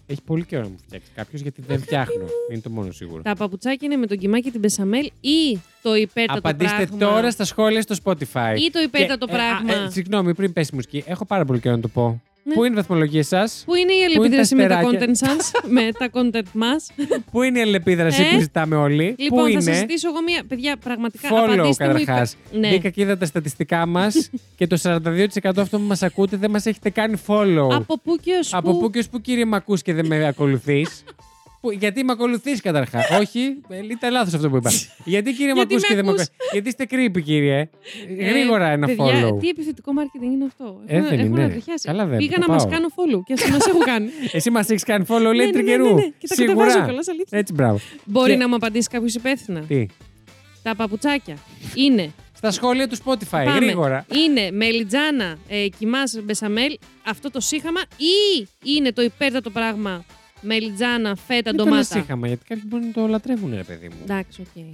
B: Έχει πολύ καιρό να μου φτιάξει κάποιος γιατί δεν φτιάχνω. Είναι το μόνο σίγουρο.
A: Τα παπουτσάκια είναι με τον κοιμά και την πεσαμέλ ή το υπέρτατο
B: Απαντήστε
A: πράγμα.
B: τώρα στα σχόλια στο Spotify.
A: Ή το υπέρτατο
B: Και, ε,
A: πράγμα.
B: α, ε, συγγνώμη, πριν πέσει η μουσική, έχω πάρα πολύ καιρό να το πω.
A: Ναι.
B: Πού είναι οι βαθμολογίε σας,
A: Πού είναι η
B: Πού είναι τα
A: αλληλεπίδραση με τα
B: αστεράκια?
A: content sans,
B: [LAUGHS]
A: με τα content μας.
B: Πού είναι η αλληλεπίδραση
A: Ε.
B: που ζητάμε όλοι, Πού
A: Λοιπόν, θα
B: είναι.
A: συζητήσω εγώ μία. Παιδιά, πραγματικά.
B: Follow
A: απαντήστε μου υπε-
B: καταρχάς.
A: Ναι.
B: Μπήκα και είδα τα στατιστικά μας και το 42% αυτό που μας ακούτε δεν μας έχετε κάνει follow.
A: Από πού και ως
B: Από πού και ως πού, κύριε, με ακού και δεν με ακολουθείς. Γιατί με ακολουθείς καταρχά.
A: [LAUGHS]
B: Όχι, ε, ήταν λάθος αυτό που είπα. Γιατί κύριε, με
A: Γιατί
B: ακού
A: με
B: και δεν με
A: ακούς. Ε,
B: ακολουθεί. Γιατί είστε creepy, κύριε. Ε, Γρήγορα ένα follow.
A: Τι επιθετικό marketing είναι αυτό.
B: Ε, δεν
A: Έχουν- έχουν
B: είναι.
A: ανατριχιάσει.
B: Καλά, δεν
A: Πήγα
B: το
A: να μας
B: πάω.
A: κάνω follow και ας μας έχουν
B: [LAUGHS]
A: κάνει.
B: Εσύ μας έχεις κάνει follow, λέει
A: Ναι, ναι, ναι,
B: τρικερού.
A: ναι, ναι. Και τα κατεβάζω
B: Σίγουρα.
A: κιόλας, αλήθεια.
B: Έτσι, μπράβο.
A: Μπορεί
B: Και-
A: να μου απαντήσει κάποιος υπεύθυνα.
B: Τι.
A: Τα παπουτσάκια είναι.
B: Στα σχόλια του Spotify,
A: Πάμε.
B: γρήγορα.
A: Είναι μελιτζάνα, ε, κοιμάς, μπεσαμέλ, αυτό το σύχαμα ή είναι το υπέρτατο πράγμα μελιτζάνα, φέτα,
B: Μην το λες
A: ντομάτα.
B: σύγχαμα, γιατί κάποιοι μπορεί να το λατρεύουν, ρε παιδί μου.
A: Εντάξει, οκ.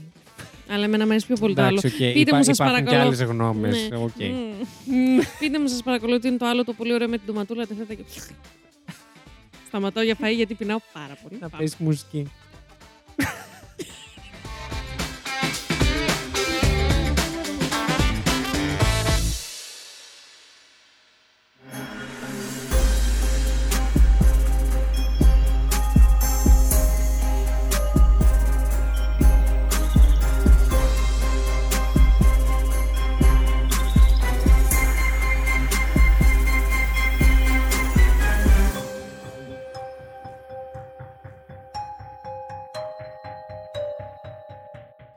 A: Αλλά εμένα μου αρέσει πιο πολύ το άλλο.
B: Εντάξει, οκ.
A: Πείτε
B: Υπά-
A: μου, σας
B: υπάρχουν
A: παρακαλώ.
B: και άλλες γνώμες.
A: Ναι. Μμμ. Πείτε μου, σας παρακαλώ, τι είναι το άλλο το πολύ ωραίο με την ντοματούλα, τα φέτα και. Σταματάω για φαΐ γιατί πεινάω πάρα πολύ.
B: Να
A: Πάμε.
B: πέσει μουσική.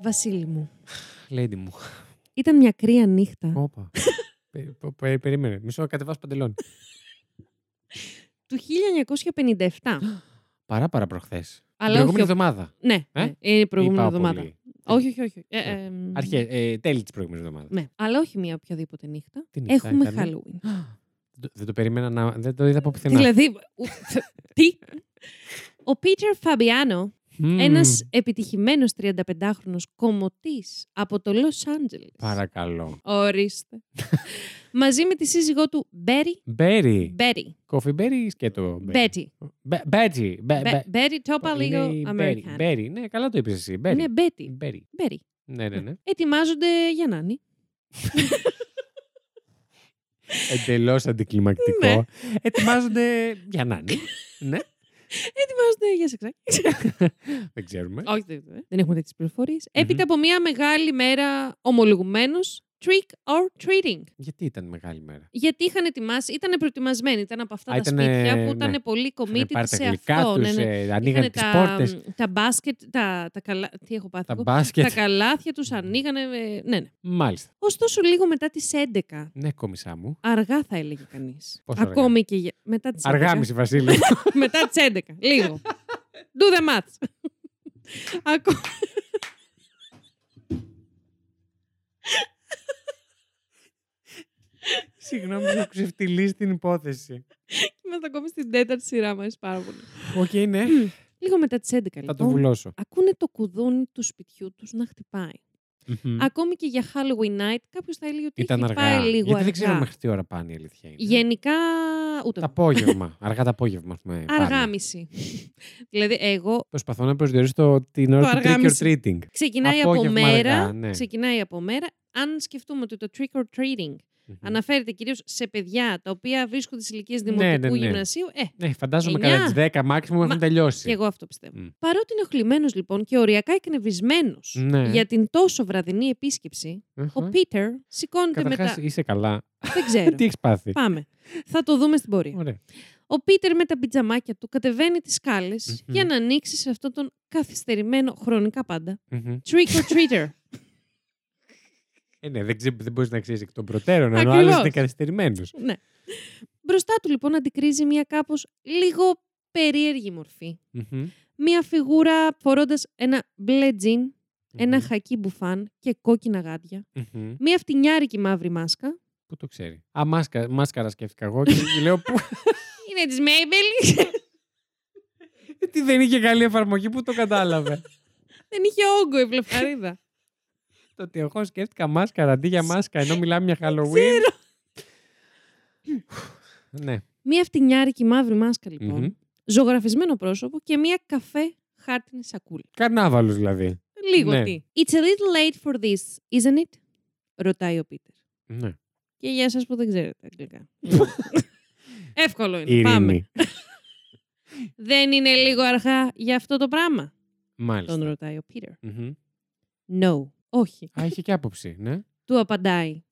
A: Βασίλη μου,
B: Lady μου.
A: ήταν μια κρύα νύχτα
B: Όπα. [LAUGHS] Πε- πε- πε- Περίμενε. Μισό να κατεβάσω παντελόνι.
A: του 1957.
B: Παρά παρά προχθές. Την
A: Αλλά
B: προηγούμενη
A: όχι.
B: εβδομάδα.
A: Ναι,
B: Ε?
A: ναι, είναι η προηγούμενη
B: Είπα
A: εβδομάδα.
B: πολύ.
A: Όχι, όχι, όχι. Ε,
B: Ναι.
A: εμ,
B: Αρχέ, ε, τέλη της προηγούμενης εβδομάδας.
A: Ναι, αλλά όχι μια οποιαδήποτε νύχτα.
B: Τι νύχτα
A: Έχουμε
B: ήταν? ε?
A: Halloween.
B: [GASPS] Δεν το- Δεν το περίμενα να. Δεν το είδα από πουθενά.
A: Δηλαδή. ου, [LAUGHS] Τι. Ο Πίτερ Φαμπιάνο,
B: Μμμ.
A: ένας επιτυχημένος 35χρονος κομμωτής από το Λος Άντζελες.
B: Παρακαλώ.
A: Ορίστε. Μαζί με τη σύζυγό του Μπέρι.
B: Μπέρι.
A: Μπέρι.
B: Κοφιμπέρι ή σκέτο.
A: Μπέτι.
B: Μπέτσι.
A: Μπέρι, το είπα λίγο
B: Ε, Μπέρι.
A: Αμερικάνικα.
B: Μπέρι. Ναι, καλά το είπες εσύ. Μπέρι.
A: Είναι Μπέτι.
B: Μπέρι.
A: Μπέρι.
B: Ναι, ναι, ναι.
A: Ετοιμάζονται για νάνι.
B: Εντελώ
A: Ναι.
B: αντικλιμακτικό. Ετοιμάζονται για να είναι. Ναι,
A: Ετοιμάζονται για σεξάκι.
B: δεν ξέρουμε.
A: Όχι, δεν, δεν- δεν έχουμε τέτοιες πληροφορίες. Έπειτα από μια μεγάλη μέρα ομολογουμένου trick or treating.
B: Γιατί ήταν μεγάλη μέρα.
A: Γιατί είχαν ετοιμάσει, ήταν προετοιμασμένοι. Ήταν από αυτά
B: Α,
A: τα
B: ήτανε-
A: σπίτια που ήταν
B: ναι.
A: πολύ
B: Είχανε
A: κομίτη
B: πάρει
A: σε
B: τα γλυκά ε,
A: αυτό.
B: τους,
A: ναι, ναι.
B: ανοίγαν
A: Είχανε
B: τις
A: τα,
B: πόρτες.
A: τα μπάσκετ, τα, τα καλά. Τι έχω πάθει.
B: Τα
A: εγώ.
B: μπάσκετ.
A: τα καλάθια τους ανοίγανε. ε, Ναι, ναι.
B: Μάλιστα.
A: Ωστόσο, λίγο μετά τις 11,
B: Ναι, κόμισά μου.
A: αργά θα έλεγε κανείς.
B: Πόσο αργά?
A: Ακόμη και για- μετά τις 11.
B: Αργά μισή, Βασίλη.
A: [LAUGHS] μετά τις 11.
B: [LAUGHS]
A: Λίγο. Do the math. [LAUGHS] Ακόμη.
B: Συγγνώμη που ξεφτυλίσει την υπόθεση.
A: Είμαστε ακόμη στην τέταρτη σειρά μας πάρα πολύ.
B: Οκ, ναι.
A: Λίγο μετά τις 11
B: Θα το
A: λοιπόν.
B: βουλώσω.
A: Ακούνε το κουδούνι του σπιτιού τους να χτυπάει.
B: Μμμ.
A: Ακόμη και για Halloween night, κάποιος θα έλεγε ότι
B: Ήταν
A: έχει
B: αργά.
A: πάει λίγο
B: γιατί
A: αργά.
B: δεν ξέρουμε μέχρι τι ώρα πάνε η αλήθεια. Είναι.
A: Γενικά, ούτε.
B: Τα απόγευμα. αργά τα απόγευμα. ας πούμε, πάνε.
A: Αργά
B: [LAUGHS]
A: μισή. δηλαδή, εγώ
B: Προσπαθώ να προσδιορίσω το, την ώρα του
A: αργά
B: trick or
A: μισή.
B: treating.
A: ξεκινάει από
B: Απόγευμα
A: μέρα.
B: αργά, ναι.
A: Ξεκινάει από μέρα. Αν σκεφτούμε ότι το trick or treating αναφέρεται κυρίως σε παιδιά τα οποία βρίσκονται σε ηλικίες
B: Ναι,
A: δημοτικού
B: ναι, ναι.
A: γυμνασίου, ε,
B: Ναι, φαντάζομαι
A: Εννιά.
B: κατά τι 10 μάξιμου έχουν
A: Μα-
B: τελειώσει.
A: Και εγώ αυτό πιστεύω.
B: Μμ.
A: Παρότι είναι οχλημένο λοιπόν και οριακά εκνευρισμένος
B: Ναι.
A: για την τόσο βραδινή επίσκεψη,
B: Αχα.
A: ο Πίτερ σηκώνεται
B: Καταρχάς,
A: μετά.
B: είσαι καλά.
A: Δεν ξέρω.
B: [LAUGHS] Τι έχεις πάθει.
A: Πάμε. Θα το δούμε στην πορεία.
B: Ωραία.
A: Ο Πίτερ με τα πιτζαμάκια του κατεβαίνει τις σκαλε
B: Μμμ.
A: για να ανοίξει σε αυτόν τον καθυστερημένο χρονικά πάντα
B: Μμμ.
A: trick or treater.
B: [LAUGHS] Ε, ναι, δεν, ξέ, δεν μπορείς να ξέρεις εκ των προτέρων, ενώ ο
A: Ακριβώς.
B: άλλο είναι καθυστερημένο.
A: ναι. Μπροστά του λοιπόν αντικρίζει μια κάπως λίγο περίεργη μορφή. Μια φιγούρα φορώντας ένα μπλε τζιν, ένα χακί μπουφάν και κόκκινα γάντια. Μια φτηνιάρικη μαύρη μάσκα.
B: Πού το ξέρει. Α, μάσκα, μάσκαρα σκέφτηκα εγώ και [LAUGHS] λέω. Πού,
A: Είναι της Maybelline.
B: τι δεν είχε καλή εφαρμογή, πού το κατάλαβε.
A: [LAUGHS]
B: [LAUGHS]
A: Δεν είχε όγκο η [LAUGHS] βλεφαρίδα.
B: το ότι εγώ σκέφτηκα μάσκαρα αντί για μάσκα, ενώ μιλάμε για Halloween. ναι.
A: Μία φτηνιάρικη μαύρη μάσκα, λοιπόν.
B: Μμμ.
A: Ζωγραφισμένο πρόσωπο και μία καφέ χάρτινη σακούλα.
B: Καρνάβαλος δηλαδή.
A: Λίγο
B: Ναι.
A: τι. It's a little late for this, isn't it? Ρωτάει ο Πίτερ.
B: Ναι.
A: Και για εσάς που δεν ξέρετε
B: [LAUGHS]
A: αγγλικά. Εύκολο είναι. Πάμε.
B: Ειρήνη.
A: Δεν είναι λίγο αργά για αυτό το πράγμα, τον
B: Μάλιστα.
A: ρωτάει ο Πίτερ.
B: Μμμ.
A: No. Όχι.
B: Α, είχε και άποψη. Ναι.
A: Του απαντάει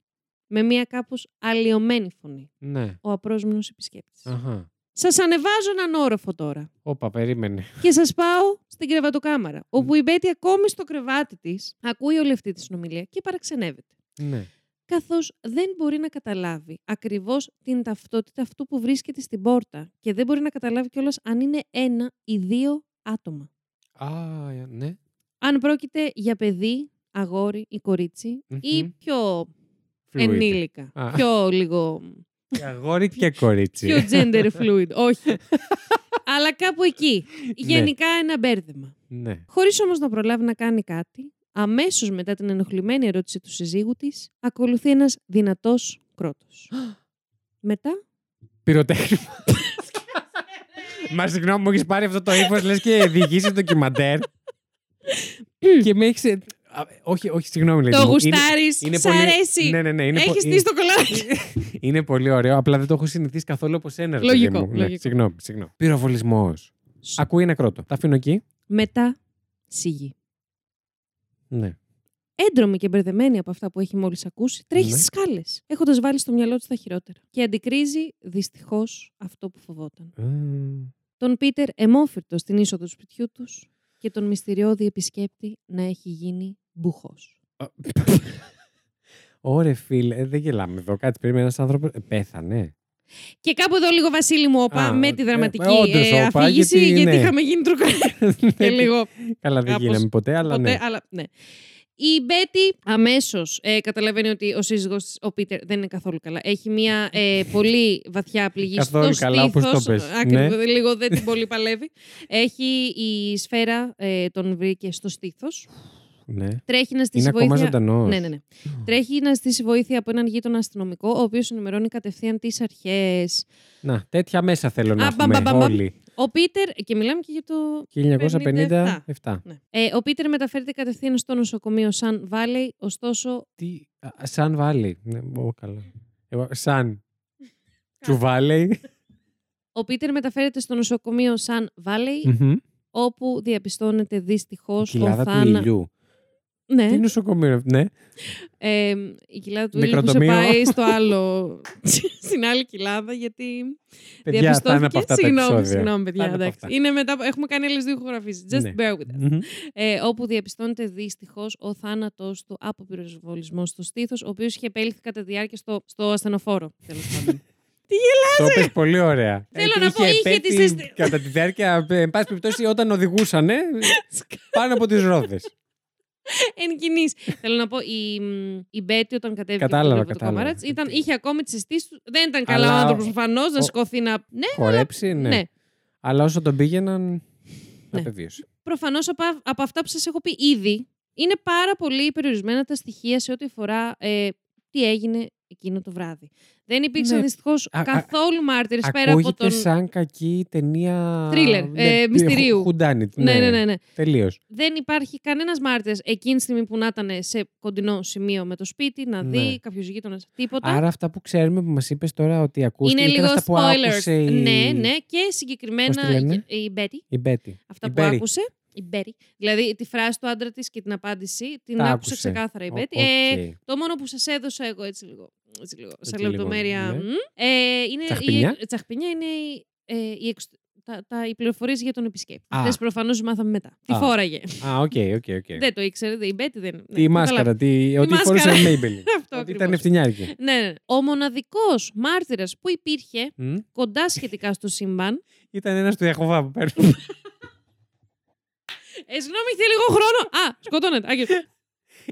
A: με μία κάπως αλλοιωμένη φωνή
B: Ναι.
A: ο απρόσμενος επισκέπτης.
B: Αχα.
A: Σας ανεβάζω έναν όροφο τώρα.
B: Όπα, περίμενε.
A: Και σας πάω στην κρεβατοκάμαρα, όπου η Μπέτη ακόμη στο κρεβάτι της ακούει όλη αυτή τη συνομιλία και παραξενεύεται.
B: Ναι.
A: Καθώς δεν μπορεί να καταλάβει ακριβώς την ταυτότητα αυτού που βρίσκεται στην πόρτα και δεν μπορεί να καταλάβει κιόλας αν είναι ένα ή δύο άτομα.
B: Α, ναι.
A: Αν πρόκειται για παιδί, αγόρι ή κοριτσι ή
B: Μμμ.
A: πιο
B: Fluid.
A: ενήλικα.
B: Α.
A: Πιο λίγο.
B: Και Αγόρι και
A: πιο
B: κορίτσι. [LAUGHS]
A: gender fluid. Όχι. Αλλά κάπου εκεί. Γενικά ένα μπέρδεμα.
B: ναι.
A: Χωρίς όμως να προλάβει να κάνει κάτι, αμέσως μετά την ενοχλημένη ερώτηση του συζύγου της, ακολουθεί ένας δυνατός κρότος.
B: [GASPS]
A: μετά. [LAUGHS]
B: Πυροτέχνημα. Μα συγγνώμη, μου έχεις πάρει αυτό το ύφος, λες και διηγήσει ντοκιμαντέρ. και με έχεις. Όχι, όχι, συγγνώμη. Lady
A: το
B: μου. Είναι-
A: γουστάρεις,
B: είναι
A: σ'
B: πολύ-
A: αρέσει.
B: Ναι, ναι, ναι. Είναι, πο-
A: Έχει
B: είναι-
A: στήσει το κολάκι.
B: [LAUGHS] είναι πολύ ωραίο. Απλά δεν το έχω συνηθίσει καθόλου όπως ένα. ρε παιδί
A: Λογικό,
B: μου. Ναι,
A: λογικό.
B: συγγνώμη, συγγνώμη. Πυροβολισμός. Ακούει ένα κρότο. Τα αφήνω εκεί.
A: μετά σιγεί.
B: Ναι.
A: Έντρομη και μπερδεμένη από αυτά που έχει μόλις ακούσει, τρέχει
B: Ναι.
A: στις σκάλες, έχοντας βάλει στο μυαλό της τα χειρότερα. Και αντικρίζει δυστυχώς αυτό που φοβόταν.
B: Μμμ.
A: Τον Πίτερ εμόφυρτο στην είσοδο του σπιτιού τους και τον μυστηριώδη επισκέπτη να έχει γίνει μπουχός.
B: Ωρε φίλε, ε, δεν γελάμε εδώ. Κάτι περίμενε ένας άνθρωπος. Πέθανε.
A: Και κάπου εδώ λίγο Βασίλη μου, όπα,
B: Α,
A: με
B: ε,
A: τη
B: ε,
A: δραματική
B: ε, όντως,
A: ε,
B: όπα,
A: αφήγηση,
B: γιατί,
A: γιατί,
B: ναι.
A: είχαμε γίνει
B: [LAUGHS]
A: τρουκάρι [LAUGHS] και λίγο
B: Καλά, δεν
A: Κάπως
B: γίναμε ποτέ, αλλά
A: ποτέ,
B: ναι.
A: αλλά ναι. Η Μπέτη αμέσως ε, καταλαβαίνει ότι ο σύζυγός της, ο Πίτερ, δεν είναι καθόλου καλά. Έχει μια ε, πολύ βαθιά πληγή
B: Καθόλου
A: στο
B: καλά, όπως
A: στήθος.
B: το πες. Ναι.
A: Ακριβώς, λίγο δεν την πολύ παλεύει. Έχει η σφαίρα, ε, τον βρήκε στο στήθος.
B: ναι.
A: Τρέχει να στήσει
B: Είναι ακόμα
A: βοήθεια.
B: ζωντανός.
A: Ναι, ναι, ναι. Τρέχει να στήσει βοήθεια από έναν γείτονα αστυνομικό, ο οποίος ενημερώνει κατευθείαν τις αρχές.
B: Να, τέτοια μέσα θέλω να
A: Α, μπαμ,
B: έχουμε
A: μπαμ, μπαμ.
B: όλοι.
A: Ο Πίτερ, και μιλάμε και για το.
B: 1957.
A: Ναι. Ε, ο Πίτερ μεταφέρεται κατευθείαν στο νοσοκομείο Σαν Valley, ωστόσο.
B: Τι, α, σαν βάλει. Ναι, ω, καλά. Εγώ, σαν. Τσουβάλει.
A: Ο Πίτερ μεταφέρεται στο νοσοκομείο Σαν Valley,
B: Μμμ.
A: όπου διαπιστώνεται δυστυχώς
B: Η
A: ο
B: κοιλάδα του
A: θάνα.
B: ηλιού.
A: Ναι,
B: Τι νοσοκομείο. είναι αυτό, Ναι.
A: ε, η κοιλάδα του ήλιου που σε
B: Νεκροτομείο.
A: πάει
B: [LAUGHS]
A: στο άλλο. στην άλλη κοιλάδα, γιατί.
B: Παιδιά, θα είναι από αυτά τα
A: συγγνώμη,
B: επεισόδια.
A: συγγνώμη, παιδιά.
B: Θα είναι από
A: εντάξει.
B: αυτά.
A: Είναι μετά, έχουμε κάνει άλλες δύο ηχογραφήσεις. Just
B: Ναι.
A: bear with us.
B: Μμμ.
A: ε, όπου διαπιστώνεται δυστυχώς ο θάνατος του από πυροβολισμό στο στήθος, ο οποίος είχε επέλθει κατά τη διάρκεια στο, στο ασθενοφόρο. τέλος
B: [LAUGHS]
A: πάντων.
B: Το είπες πολύ ωραία.
A: Θέλω
B: Ε,
A: να πω, είχε
B: επέτει
A: τις αισθη-
B: Κατά τη διάρκεια, ε, εν πάση περιπτώσει, όταν οδηγούσανε πάνω από τις ρόδες.
A: Εν κινείς. Θέλω να πω, η, μ, η Μπέτη όταν κατέβηκε
B: Κατάλαβα,
A: από το
B: κατάλαβα.
A: κάμαρα της, ήταν, είχε ακόμη τις αισθήσεις του. Δεν ήταν καλά
B: Αλλά
A: ο άνθρωπος
B: ο-
A: προφανώς να
B: ο-
A: σηκωθεί να. Ναι,
B: Χορέψει, ναι.
A: ναι.
B: Αλλά όσο τον πήγαιναν,
A: Ναι.
B: απεβίωσε.
A: Προφανώ από, από αυτά που σας έχω πει ήδη, Είναι πάρα πολύ περιορισμένα τα στοιχεία σε ό,τι αφορά ε, τι έγινε εκείνο το βράδυ. Δεν υπήρξαν
B: Ναι.
A: δυστυχώς
B: Α, α,
A: καθόλου μάρτυρες πέρα από
B: Ακούγεται
A: τον.
B: σαν κακή ταινία. Ναι,
A: Thriller, ε, μυστηρίου.
B: Χουντάνιτ.
A: Ναι, ναι, ναι, ναι.
B: Τελείως.
A: Δεν υπάρχει κανένας μάρτυρας εκείνη τη στιγμή που να ήταν σε κοντινό σημείο με το σπίτι, να
B: Ναι.
A: δει κάποιος γείτονας τίποτα.
B: Άρα αυτά που ξέρουμε που μας είπες τώρα ότι ακούστηκε
A: είναι
B: ήταν
A: λίγο
B: αυτά που
A: spoilers.
B: άκουσε η...
A: Ναι, ναι, και
B: Πώς τη
A: συγκεκριμένα
B: λένε?
A: η, η Μπέτη,
B: η Μπέτη.
A: αυτά
B: Η
A: που
B: Μπέρι.
A: άκουσε. Η Μπέρι. Δηλαδή τη φράση του άντρα της και την απάντηση την
B: Τα
A: άκουσε,
B: άκουσε.
A: ξεκάθαρα η
B: Ο-
A: Μπέτη.
B: οκ.
A: Ε, το μόνο που σας έδωσα εγώ έτσι λίγο, έτσι λίγο σε
B: Έτσι λίγο,
A: λεπτομέρεια.
B: ναι.
A: μμ, ε, είναι
B: Τσαχπινιά.
A: Η, τσαχπινιά είναι η, ε, η εξ- τα, τα, οι πληροφορίες για τον επισκέπτη.
B: Α.
A: Αυτέ προφανώς μάθαμε μετά. Τη
B: Α.
A: φόραγε.
B: Α, οκ, οκ, οκ.
A: Δεν το ήξερε, δε- η Μπέτη δεν. ναι,
B: Τη
A: το
B: μάσκαρα, τη... ότι
A: μάσκαρα.
B: φορούσε η
A: [LAUGHS]
B: Μέιμπελ.
A: καλά- Αυτό
B: Ότι
A: ακριβώς.
B: ήταν ευθυνιάρικη.
A: Ναι, ναι. Ο μοναδικός μάρτυρας που υπήρχε
B: Μμ.
A: κοντά σχετικά στο σύμπαν.
B: Ήταν ένας του Ιαχωβά που παίρνει.
A: Ε, συγγνώμη, έχετε λίγο χρόνο. Α, σκοτώνεται.
B: [LAUGHS]
A: Άγιος.
B: [LAUGHS]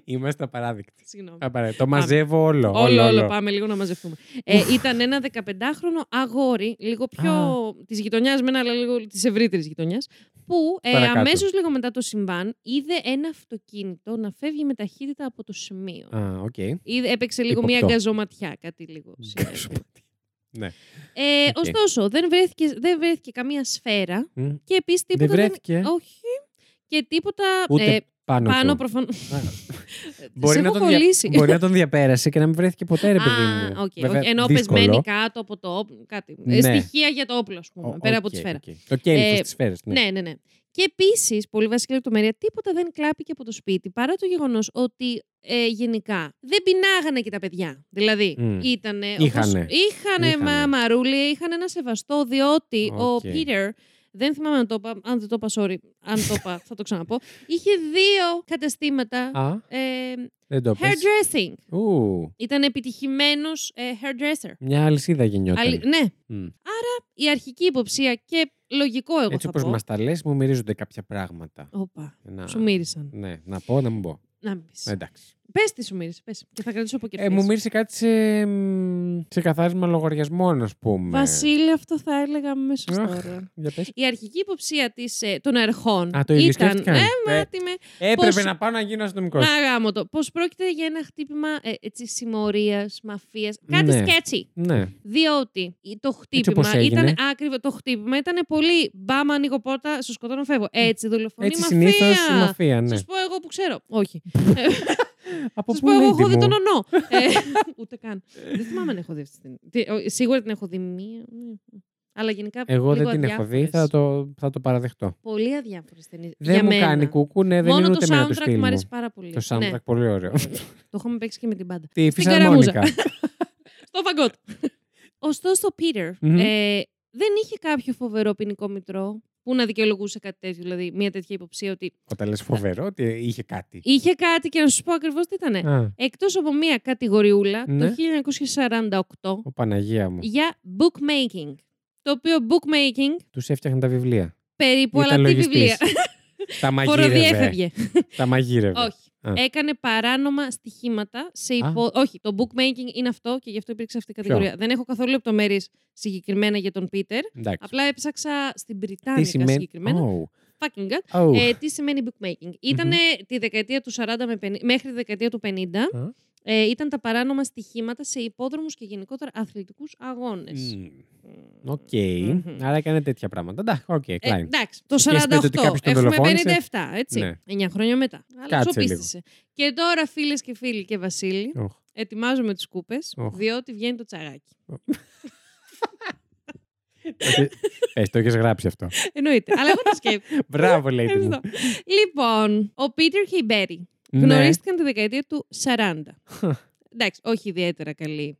B: Είμαστε απαράδεκτοι.
A: Συγγνώμη.
B: Απαράδεκτοι. Το μαζεύω όλο.
A: Όλο, όλο, πάμε λίγο να μαζευτούμε. Ε, ήταν ένα 15χρονο αγόρι, λίγο πιο της γειτονιάς, με ένα αλλά λίγο της ευρύτερης γειτονιάς, που ε,
B: Παρακάτω.
A: αμέσως λίγο μετά το συμβάν είδε ένα αυτοκίνητο να φεύγει με ταχύτητα από το σημείο.
B: Α, οκ.
A: Είδε- έπαιξε λίγο μία
B: Υποπτώ.
A: γκαζωματιά, κάτι λίγο. συνέβη.
B: Ναι.
A: Ε,
B: Οκ.
A: Ωστόσο, δεν βρέθηκε, δεν βρέθηκε καμία σφαίρα
B: Μμ.
A: και επίσης
B: Δεν
A: τίποτα.
B: βρέθηκε.
A: Όχι. Και τίποτα.
B: Ούτε
A: ε,
B: πάνω,
A: πάνω
B: του.
A: προφανώς.
B: Α,
A: Σε
B: Μπορεί να,
A: έχω
B: τον δια-
A: κολλήσει.
B: μπορεί να τον διαπέρασε και να μην βρέθηκε ποτέ, ρε παιδί
A: Α,
B: μου.
A: οκ, οκ.
B: Βέβαια,
A: Ενώ
B: δύσκολο.
A: πεσμένη κάτω από το όπλο. Κάτι. Ε,
B: Ναι.
A: Στοιχεία για το όπλο, ας πούμε,
B: Ο-
A: πέρα από τη
B: οκ,
A: σφαίρα.
B: οκ. Το κέλυφος
A: Ε,
B: της σφαίρας, ναι.
A: Ναι, ναι, ναι. Και επίσης, πολύ βασική λεπτομέρεια, τίποτα δεν κλάπηκε από το σπίτι παρά το γεγονός ότι ε, γενικά δεν πεινάγανε και τα παιδιά. Δηλαδή,
B: Μμ.
A: ήτανε.
B: Είχανε.
A: όπως- Είχανε,
B: Είχανε.
A: μα, μαρούλι, είχαν ένα σεβαστό, διότι ο
B: Οκ.
A: Πίτερ. Δεν θυμάμαι αν το είπα. Αν δεν το είπα, sorry. Αν το είπα, θα το ξαναπώ. Είχε δύο καταστήματα.
B: Α,
A: Ε,
B: δεν το πες.
A: hairdressing.
B: Ου,
A: Ήταν επιτυχημένος ε, hairdresser.
B: μια αλυσίδα γεννιόταν.
A: Αλη- Ναι,
B: Μμ.
A: η αρχική υποψία και λογικό εγώ
B: Έτσι
A: θα
B: όπως
A: πω.
B: μας τα λες, μου μυρίζονται κάποια πράγματα.
A: Όπα,
B: Να...
A: σου μύρισαν.
B: Ναι, να πω, να μην πω.
A: Να μην πεις.
B: Εντάξει.
A: Πες τι σου μύρισε, πες. Και θα κρατήσω από
B: Ε,
A: κερδίσεις.
B: μου μύρισε κάτι σε, μ, σε καθάρισμα λογαριασμών, ας πούμε.
A: Βασίλη, αυτό θα έλεγα αμέσω
B: Αχ.
A: τώρα.
B: Για πες.
A: Η αρχική υποψία της, ε, των ερχών
B: Α, το ίδιο
A: ήταν...
B: σκέφτηκαν.
A: Ε,
B: Ε,
A: μάτι με.
B: Έπρεπε
A: πώς-
B: να πάω να γίνω αστυνομικός.
A: Να γάμω το. Πως πρόκειται για ένα χτύπημα ε, έτσι, συμμορίας, μαφίας. Κάτι
B: Ναι.
A: σκέτσι.
B: Ναι.
A: Διότι το
B: όπως
A: χτύπημα
B: έγινε.
A: ήταν άκριβο. Το χτύπημα ήταν πολύ μπάμα, ανοίγω πόρτα, σου σκοτώνω, φεύγω. Έτσι, δολοφονή
B: Ε, Έτσι
A: μαφία.
B: συνήθως η μαφία, ναι.
A: Σας πω εγώ που ξέρω. Όχι.
B: Από
A: Σας
B: πού
A: πω, εγώ
B: λένε
A: έχω δει
B: μου?
A: τον ονό. Ε, [LAUGHS] ούτε καν. Δεν θυμάμαι αν έχω δει αυτή την. τι- ο- Σίγουρα την έχω δει μία. μ, Αλλά γενικά.
B: Εγώ
A: λίγο
B: δεν την έχω δει, θα
A: αδιάφορες.
B: το, θα το παραδεχτώ.
A: Πολύ αδιάφορες ταινίες.
B: Δεν μου κάνει κουκού, ναι, δεν
A: Μόνο
B: είναι
A: το
B: ούτε μένα το
A: soundtrack
B: στυλ
A: μου
B: μου.
A: αρέσει πάρα πολύ.
B: Το
A: Ναι,
B: soundtrack πολύ ωραίο.
A: το είχαμε παίξει και με την πάντα.
B: Τη
A: Στην Καραμούζα.
B: φυσαρμόνικα.
A: Στο
B: [LAUGHS]
A: φαγκότ. Ωστόσο, ο Πίτερ
B: Μμμ.
A: ε, δεν είχε κάποιο φοβερό ποινικό μητρό που να δικαιολογούσε κάτι τέτοιο. Δηλαδή, μια τέτοια υποψία ότι
B: Όταν λες φοβερό, ότι είχε κάτι.
A: είχε κάτι και να σου πω ακριβώς τι ήταν.
B: Α,
A: Εκτός από μια κατηγοριούλα
B: Ναι.
A: το 1948
B: ο Παναγία μου.
A: για bookmaking. Το οποίο bookmaking
B: Τους έφτιαχναν τα βιβλία.
A: περίπου,
B: Ήταν
A: αλλά τι
B: λογιστής.
A: βιβλία. [LAUGHS]
B: Τα μαγείρευε.
A: Φοροδιέφευγε.
B: Τα μαγείρευε.
A: Όχι.
B: Α.
A: Έκανε παράνομα στοιχήματα σε υπο... Όχι, το bookmaking είναι αυτό και γι' αυτό υπήρξε αυτή η
B: Ποιο?
A: κατηγορία. Δεν έχω καθόλου λεπτομέρειες συγκεκριμένα για τον Πίτερ.
B: Εντάξει.
A: Απλά έψαξα στην Βρυτάνικα
B: Τι σημαίνει.
A: συγκεκριμένα.
B: Ου,
A: Fucking God.
B: ου.
A: Ε, τι σημαίνει bookmaking. Ήτανε τη δεκαετία του 40 με 50, μέχρι τη δεκαετία του 50.
B: Α.
A: Ε, ήταν τα παράνομα στοιχήματα σε υπόδρομους και γενικότερα αθλητικούς αγώνες.
B: Μμ, Οκ.
A: Μμμ.
B: Άρα έκανε τέτοια πράγματα. Εντάξει, οκ,
A: Ε,
B: κλάιν.
A: εντάξει, το
B: σχέση με το ότι
A: 48.
B: κάποιος τον
A: Έχουμε
B: δολοφόνησε.
A: 57, έτσι.
B: Ναι.
A: 9 χρόνια μετά. Αλλά
B: Κάτσε
A: ξοπίστησε. Και τώρα, φίλες και φίλοι και Βασίλη,
B: Οχ.
A: ετοιμάζουμε τις κούπες,
B: Οχ.
A: διότι βγαίνει το τσαγάκι.
B: Όχι. Ε, το έχεις γράψει αυτό.
A: Εννοείται. Αλλά εγώ
B: [LAUGHS]
A: το σκέφτομαι.
B: Μπράβο, λέει μου.
A: Ευχαριστώ. λοιπόν, ο Πίτερ και η Μπέρι
B: Ναι.
A: γνωρίστηκαν τη δεκαετία του 40. εντάξει, όχι ιδιαίτερα καλή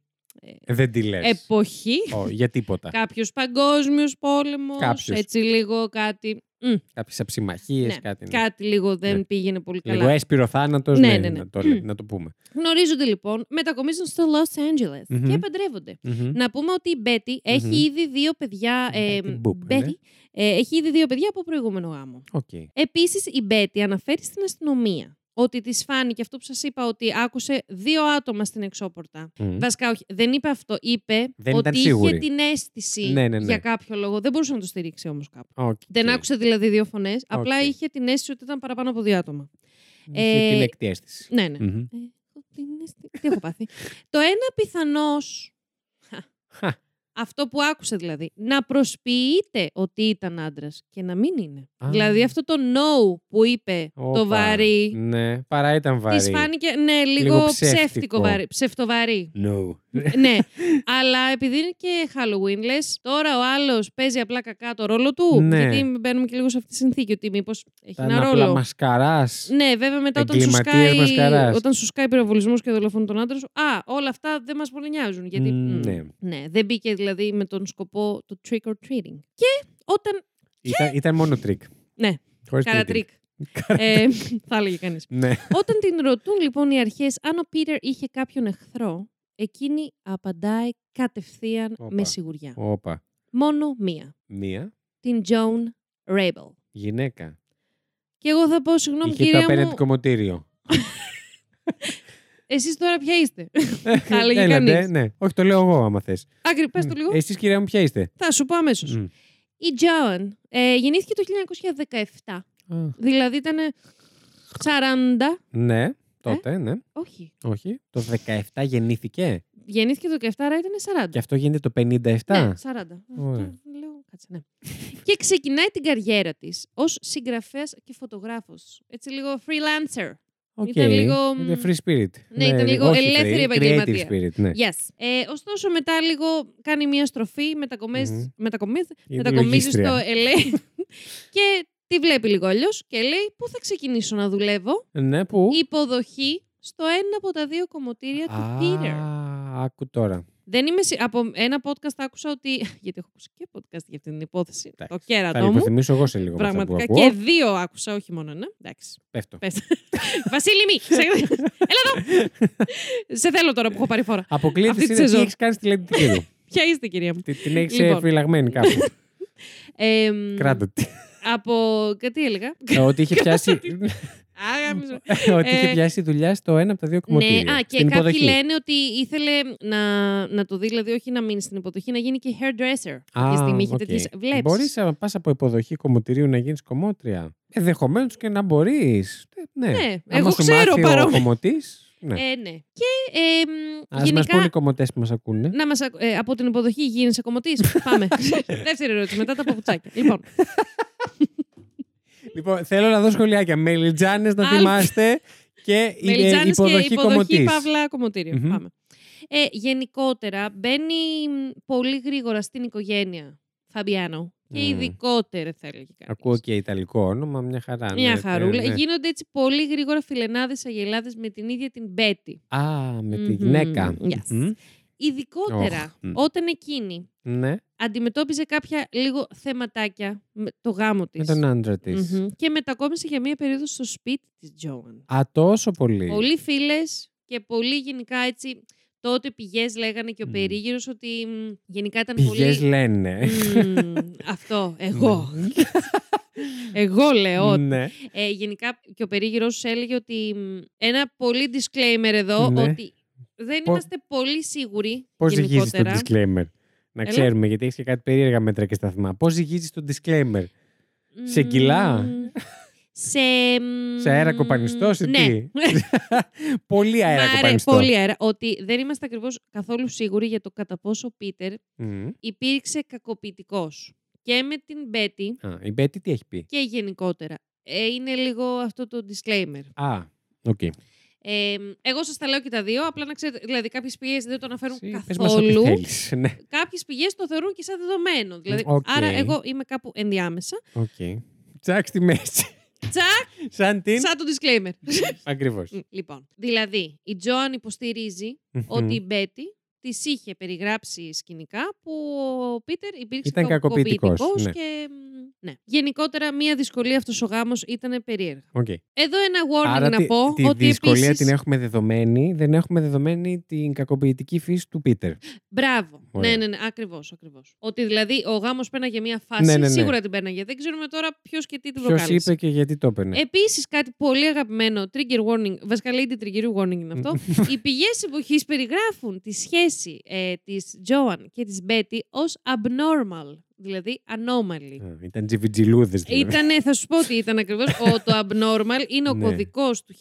B: Δεν τη λες.
A: Ε, εποχή.
B: Για τίποτα.
A: Κάποιος παγκόσμιος πόλεμος.
B: Κάποιος.
A: Έτσι λίγο κάτι. μ,
B: Κάποιες αψημαχίες,
A: ναι,
B: κάτι. ναι.
A: κάτι λίγο δεν
B: Ναι.
A: πήγαινε πολύ καλά.
B: Λίγο έσπυρο θάνατος.
A: Ναι,
B: Ναι,
A: ναι, ναι.
B: Να, το, λέ- να το πούμε.
A: Γνωρίζονται λοιπόν, μετακομίζουν στο Los Angeles
B: Μμμ.
A: και παντρεύονται.
B: Μμμ.
A: Να πούμε ότι η Μπέτι
B: Μμμ.
A: έχει ήδη δύο παιδιά. Ε,
B: Betty Boop,
A: Betty,
B: ναι.
A: ε, έχει ήδη δύο παιδιά από προηγούμενο γάμο.
B: Οκ.
A: Επίσης, η Μπέτι αναφέρει στην αστυνομία ότι της φάνηκε αυτό που σας είπα, ότι άκουσε δύο άτομα στην εξώπορτα.
B: Μμ.
A: Βασικά, όχι, δεν είπε αυτό. Είπε
B: Δεν
A: ότι
B: ήταν
A: είχε
B: σίγουρη.
A: την αίσθηση
B: Ναι, ναι, ναι.
A: για κάποιο λόγο. Δεν μπορούσε να το στηρίξει όμως κάπου.
B: Οκ.
A: Δεν άκουσε δηλαδή δύο φωνές, απλά
B: Οκ.
A: είχε την αίσθηση ότι ήταν παραπάνω από δύο άτομα.
B: Είχε την εκτή αίσθηση.
A: Ναι, ναι.
B: Μμμ.
A: Ε, ότι είναι στη- Τι έχω πάθει. Το ένα πιθανώ.
B: Χα.
A: Αυτό που άκουσα δηλαδή. Να προσποιείται ότι ήταν άντρας και να μην είναι.
B: Α.
A: Δηλαδή αυτό το no που είπε
B: Όπα.
A: το βαρύ.
B: Ναι, παρά ήταν βαρύ.
A: Τη φάνηκε, ναι, λίγο,
B: Λίγο
A: ψεύτικο.
B: ψεύτικο.
A: βαρύ.
B: [LAUGHS]
A: Ψευτοβαρή.
B: No.
A: ναι. Αλλά επειδή είναι και Halloween, λες, τώρα ο άλλος παίζει απλά κακά το ρόλο του.
B: Ναι.
A: Γιατί μπαίνουμε και λίγο σε αυτή τη συνθήκη, ότι μήπως έχει
B: Ήταν
A: ένα
B: απλά
A: ρόλο.
B: μασκαράς.
A: Ναι, βέβαια μετά όταν σου
B: Εγκληματίες
A: σκάει,
B: μασκαράς.
A: όταν σου σκάει πυροβολισμό και δολοφόνο τον άντρα σου. Α, όλα αυτά δεν μας πολύ νοιάζουν. Γιατί,
B: Μ,
A: μ,
B: ναι.
A: ναι, δεν μπήκε δηλαδή με τον σκοπό του trick or treating. Και όταν.
B: Ήταν, ήταν μόνο τρίκ.
A: Ναι,
B: Χωρίς
A: Καρά
B: τρίκ.
A: τρίκ. ε, [LAUGHS] θα έλεγε κανείς.
B: Ναι.
A: όταν την ρωτούν λοιπόν οι αρχές αν ο Πίτερ είχε κάποιον εχθρό, εκείνη απαντάει κατευθείαν
B: Όπα.
A: με σιγουριά.
B: Όπα.
A: Μόνο μία.
B: Μία
A: Την Joan Rabel.
B: γυναίκα.
A: Και εγώ θα πω, συγγνώμη
B: Είχε το
A: κυρία μου,
B: απέναντι κομμωτήριο.
A: εσείς τώρα ποια
B: [LAUGHS]
A: είστε. Θα έλεγε
B: Έλατε,
A: κανείς.
B: ναι. Όχι, το λέω εγώ άμα θες.
A: Άκρη, πες το λίγο.
B: Εσείς κυρία μου ποια είστε.
A: Θα σου πω αμέσως.
B: Μμ.
A: Η Τζόαν ε, γεννήθηκε το 1917.
B: Α,
A: Δηλαδή ήταν 40.
B: Ναι,
A: Ε?
B: τότε, ναι.
A: Όχι.
B: Όχι. Το 17 γεννήθηκε.
A: Γεννήθηκε το 17, άρα ήταν 40.
B: Και αυτό γίνεται το 57.
A: Ναι, 40.
B: Ωραία.
A: Αυτό Λέω, κάτσε, ναι. και ξεκινάει την καριέρα της ως συγγραφέας και φωτογράφος. Έτσι λίγο freelancer.
B: Οκ.
A: ήταν λίγο, μ,
B: Ήταν free spirit.
A: ναι, ήταν λίγο
B: όχι
A: ελεύθερη
B: free,
A: επαγγελματία.
B: Creative spirit, ναι.
A: Yes. Ε, ωστόσο, μετά λίγο κάνει μια στροφή, μετακομίζει-
B: Μμμ.
A: μετακομίζει-
B: Η
A: μετακομίζει στο
B: λογίστρια.
A: LA [LAUGHS] και τη βλέπει λίγο αλλιώς και λέει: Πού θα ξεκινήσω να δουλεύω.
B: Ναι, που...
A: υποδοχή στο ένα από τα δύο κομμωτήρια του Peter.
B: Α, άκου τώρα.
A: Δεν είμαι σι- Από ένα podcast άκουσα ότι. [LAUGHS] Γιατί έχω ακούσει και podcast για αυτή την υπόθεση. Το
B: Εντάξει, Θα
A: κέρατό μου.
B: υποθυμίσω εγώ σε λίγο με αυτά που
A: Πραγματικά.
B: ακούω.
A: Και δύο άκουσα, όχι μόνο ένα.
B: [LAUGHS]
A: Εντάξει.
B: Πέφτω.
A: Πες. Βασίλη, μη. Σε- Έλα
B: [LAUGHS]
A: εδώ. Σε θέλω τώρα που έχω πάρει φορά.
B: Αποκλείεται
A: Αυτή τη
B: είναι τι
A: σεζόν.
B: έχεις κάνει στη λεντική του.
A: [LAUGHS] Ποια είστε, κυρία μου.
B: Τι- Την έχεις
A: Λοιπόν.
B: φυλαγμένη κάπου.
A: [LAUGHS] Ε, μ,
B: Κράτα τη.
A: Από. κα- Τι έλεγα.
B: Ε, Ότι είχε πιάσει.
A: Άγαμιζο.
B: [LAUGHS] Ότι είχε
A: Ε,
B: πιάσει δουλειά στο ένα από τα δύο κομμωτήρια.
A: Ναι, α, και
B: στην
A: κάποιοι
B: υποδοχή.
A: λένε ότι ήθελε να, να το δει, δηλαδή όχι να μείνει στην υποδοχή, να γίνει και hairdresser. Κάποια στιγμή είχε
B: οκ.
A: τέτοιες βλέψεις.
B: Μπορείς να πας από υποδοχή κομμωτηρίου να γίνεις κομμότρια. Ενδεχομένως και να μπορείς. Ναι.
A: Ναι,
B: Άμα
A: εγώ
B: σου
A: ξέρω
B: μάθει ο
A: παρόμοια.
B: κομμωτής, Ναι.
A: Ε, ναι. Και ε, μ,
B: Ας μας
A: γενικά.
B: πούνε οι κομμωτές που μας ακούνε.
A: Να μας, ακου- ε, από την υποδοχή γίνεσαι
B: [LAUGHS]
A: κομμωτής. Πάμε. Δεύτερη ερώτηση, μετά τα παπουτσάκια. λοιπόν,
B: Λοιπόν, θέλω να δω σχολιάκια. Μελιτζάνες να
A: Α,
B: θυμάστε και η- ε,
A: μελιτζάνες και
B: υποδοχή
A: υποδοχή
B: κομμωτής.
A: παύλα κομμωτήριο.
B: Μμμ.
A: Πάμε. Ε, γενικότερα, μπαίνει μ, πολύ γρήγορα στην οικογένεια Φαμπιάνο. Και
B: Μμ.
A: ειδικότερα, θα έλεγε κάποιος.
B: Ακούω και ιταλικό όνομα, μια χαρά.
A: Μια
B: ναι,
A: χαρούλα.
B: ναι, ναι.
A: Γίνονται έτσι πολύ γρήγορα φιλενάδες αγελάδες με την ίδια την Μπέτη.
B: Α, με τη
A: Μμμ.
B: γυναίκα.
A: Yes.
B: Μμμ.
A: Ειδικότερα,
B: Οχ, μ.
A: όταν εκείνη
B: Ναι,
A: αντιμετώπιζε κάποια λίγο θεματάκια με το γάμο της.
B: με τον άντρα της.
A: Μμμ. Και μετακόμισε για μία περίοδο στο σπίτι της Τζόαν.
B: Α, τόσο πολύ.
A: Πολλοί φίλες και πολύ γενικά έτσι... Τότε πηγές λέγανε και ο
B: Μμ.
A: περίγυρος ότι μ, γενικά ήταν
B: Πηγές Ναι.
A: πολύ...
B: λένε.
A: Μμ, αυτό, εγώ. εγώ λέω ότι
B: ναι.
A: Ε, γενικά και ο περίγυρος σου έλεγε ότι μ, ένα πολύ disclaimer εδώ
B: Ναι.
A: ότι δεν
B: Πο-
A: είμαστε πολύ σίγουροι
B: Πώς ζυγίζεις το
A: γενικότερα.
B: disclaimer. Να
A: Έλα.
B: ξέρουμε, γιατί έχεις και κάτι περίεργα μέτρα και σταθμά. Πώς ζυγίζεις το disclaimer.
A: Μ,
B: σε κιλά?
A: Σε, μ,
B: Σε αέρα κοπανιστός ή
A: ναι. [LAUGHS]
B: τι? πολύ
A: Μ'
B: αέρα
A: άρε-
B: κοπανιστό.
A: πολύ αέρα. Ότι δεν είμαστε ακριβώς καθόλου σίγουροι για το κατά πόσο ο Πίτερ
B: Μμμ.
A: υπήρξε κακοποιητικός. Και με την Μπέτη
B: Α, η Μπέτη τι έχει πει.
A: και γενικότερα. Ε, είναι λίγο αυτό το disclaimer.
B: Α, οκ.
A: Ε, εγώ σας τα λέω και τα δύο, απλά να ξέρετε, δηλαδή κάποιες πηγές δεν το αναφέρουν
B: Εσύ, πες μας ό,τι
A: καθόλου.
B: θέλεις. [LAUGHS] Ναι,
A: κάποιες πηγές το θεωρούν και σαν δεδομένο. Δηλαδή,
B: Οκ.
A: Άρα, εγώ είμαι κάπου ενδιάμεσα.
B: οκ. Τσακ στη μέση. [LAUGHS]
A: Τσακ,
B: Σαν την.
A: σαν το disclaimer.
B: Ακριβώς.
A: λοιπόν, δηλαδή, η Τζόαν υποστηρίζει ότι η Μπέτη τη είχε περιγράψει σκηνικά που ο Πίτερ υπήρξε
B: Ήταν κακοποιητικός,
A: κακοποιητικός
B: ναι.
A: και. μ, Ναι. Γενικότερα, μία δυσκολία αυτός ο γάμος ήταν περίεργα.
B: Οκ.
A: Εδώ ένα warning
B: Άρα
A: να
B: τη,
A: πω
B: τη
A: ότι.
B: δυσκολία
A: επίσης...
B: την έχουμε δεδομένη, δεν έχουμε δεδομένη την κακοποιητική φύση του Πίτερ.
A: Μπράβο.
B: Ωραία.
A: Ναι, ναι, ναι, ακριβώς. Ακριβώς. Ότι δηλαδή ο γάμος πέναγε μία φάση,
B: Ναι, ναι, ναι.
A: σίγουρα την πέναγε. Δεν ξέρουμε τώρα ποιος και τι την
B: Ποιος
A: προκάλεσε.
B: είπε και γιατί το έπαιρνε.
A: Επίσης, κάτι πολύ αγαπημένο, trigger warning, βασικά lady trigger warning είναι αυτό. οι πηγές εποχής περιγράφουν τη σχέση ε, της Τζόαν και της Μπέτη ως abnormal. Δηλαδή, anomaly.
B: Ε, Ήταν τζιβιτζιλούδες.
A: Ε,
B: Δηλαδή.
A: Ήτανε, θα σου πω ότι ήταν ακριβώς. το abnormal είναι ο
B: Ναι.
A: κωδικός του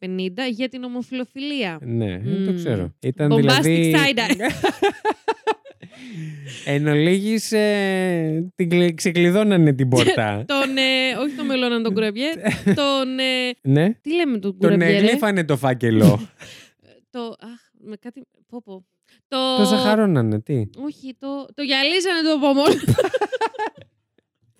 A: 1950 για την ομοφιλοφιλία.
B: Ναι, ε, το
A: Μμμ.
B: ξέρω. Ήταν
A: Bombastic
B: δηλαδή...
A: side-eye.
B: Εν ολίγης, ε, την κλε- ξεκλειδώνανε
A: Ναι,
B: την πόρτα.
A: τον, ε, όχι τον μελώνα τον κουραβιέ, τον. ε,
B: ναι.
A: τι λέμε τον ε,
B: Τον
A: κουραβιέ, ρε?
B: εγλήφανε το φάκελο.
A: Το. Αχ, με κάτι. Πω, πω. Το.
B: το ζαχαρώνανε, τι.
A: Όχι, το. Το γυαλίζανε το
B: [LAUGHS]
A: πομόλ.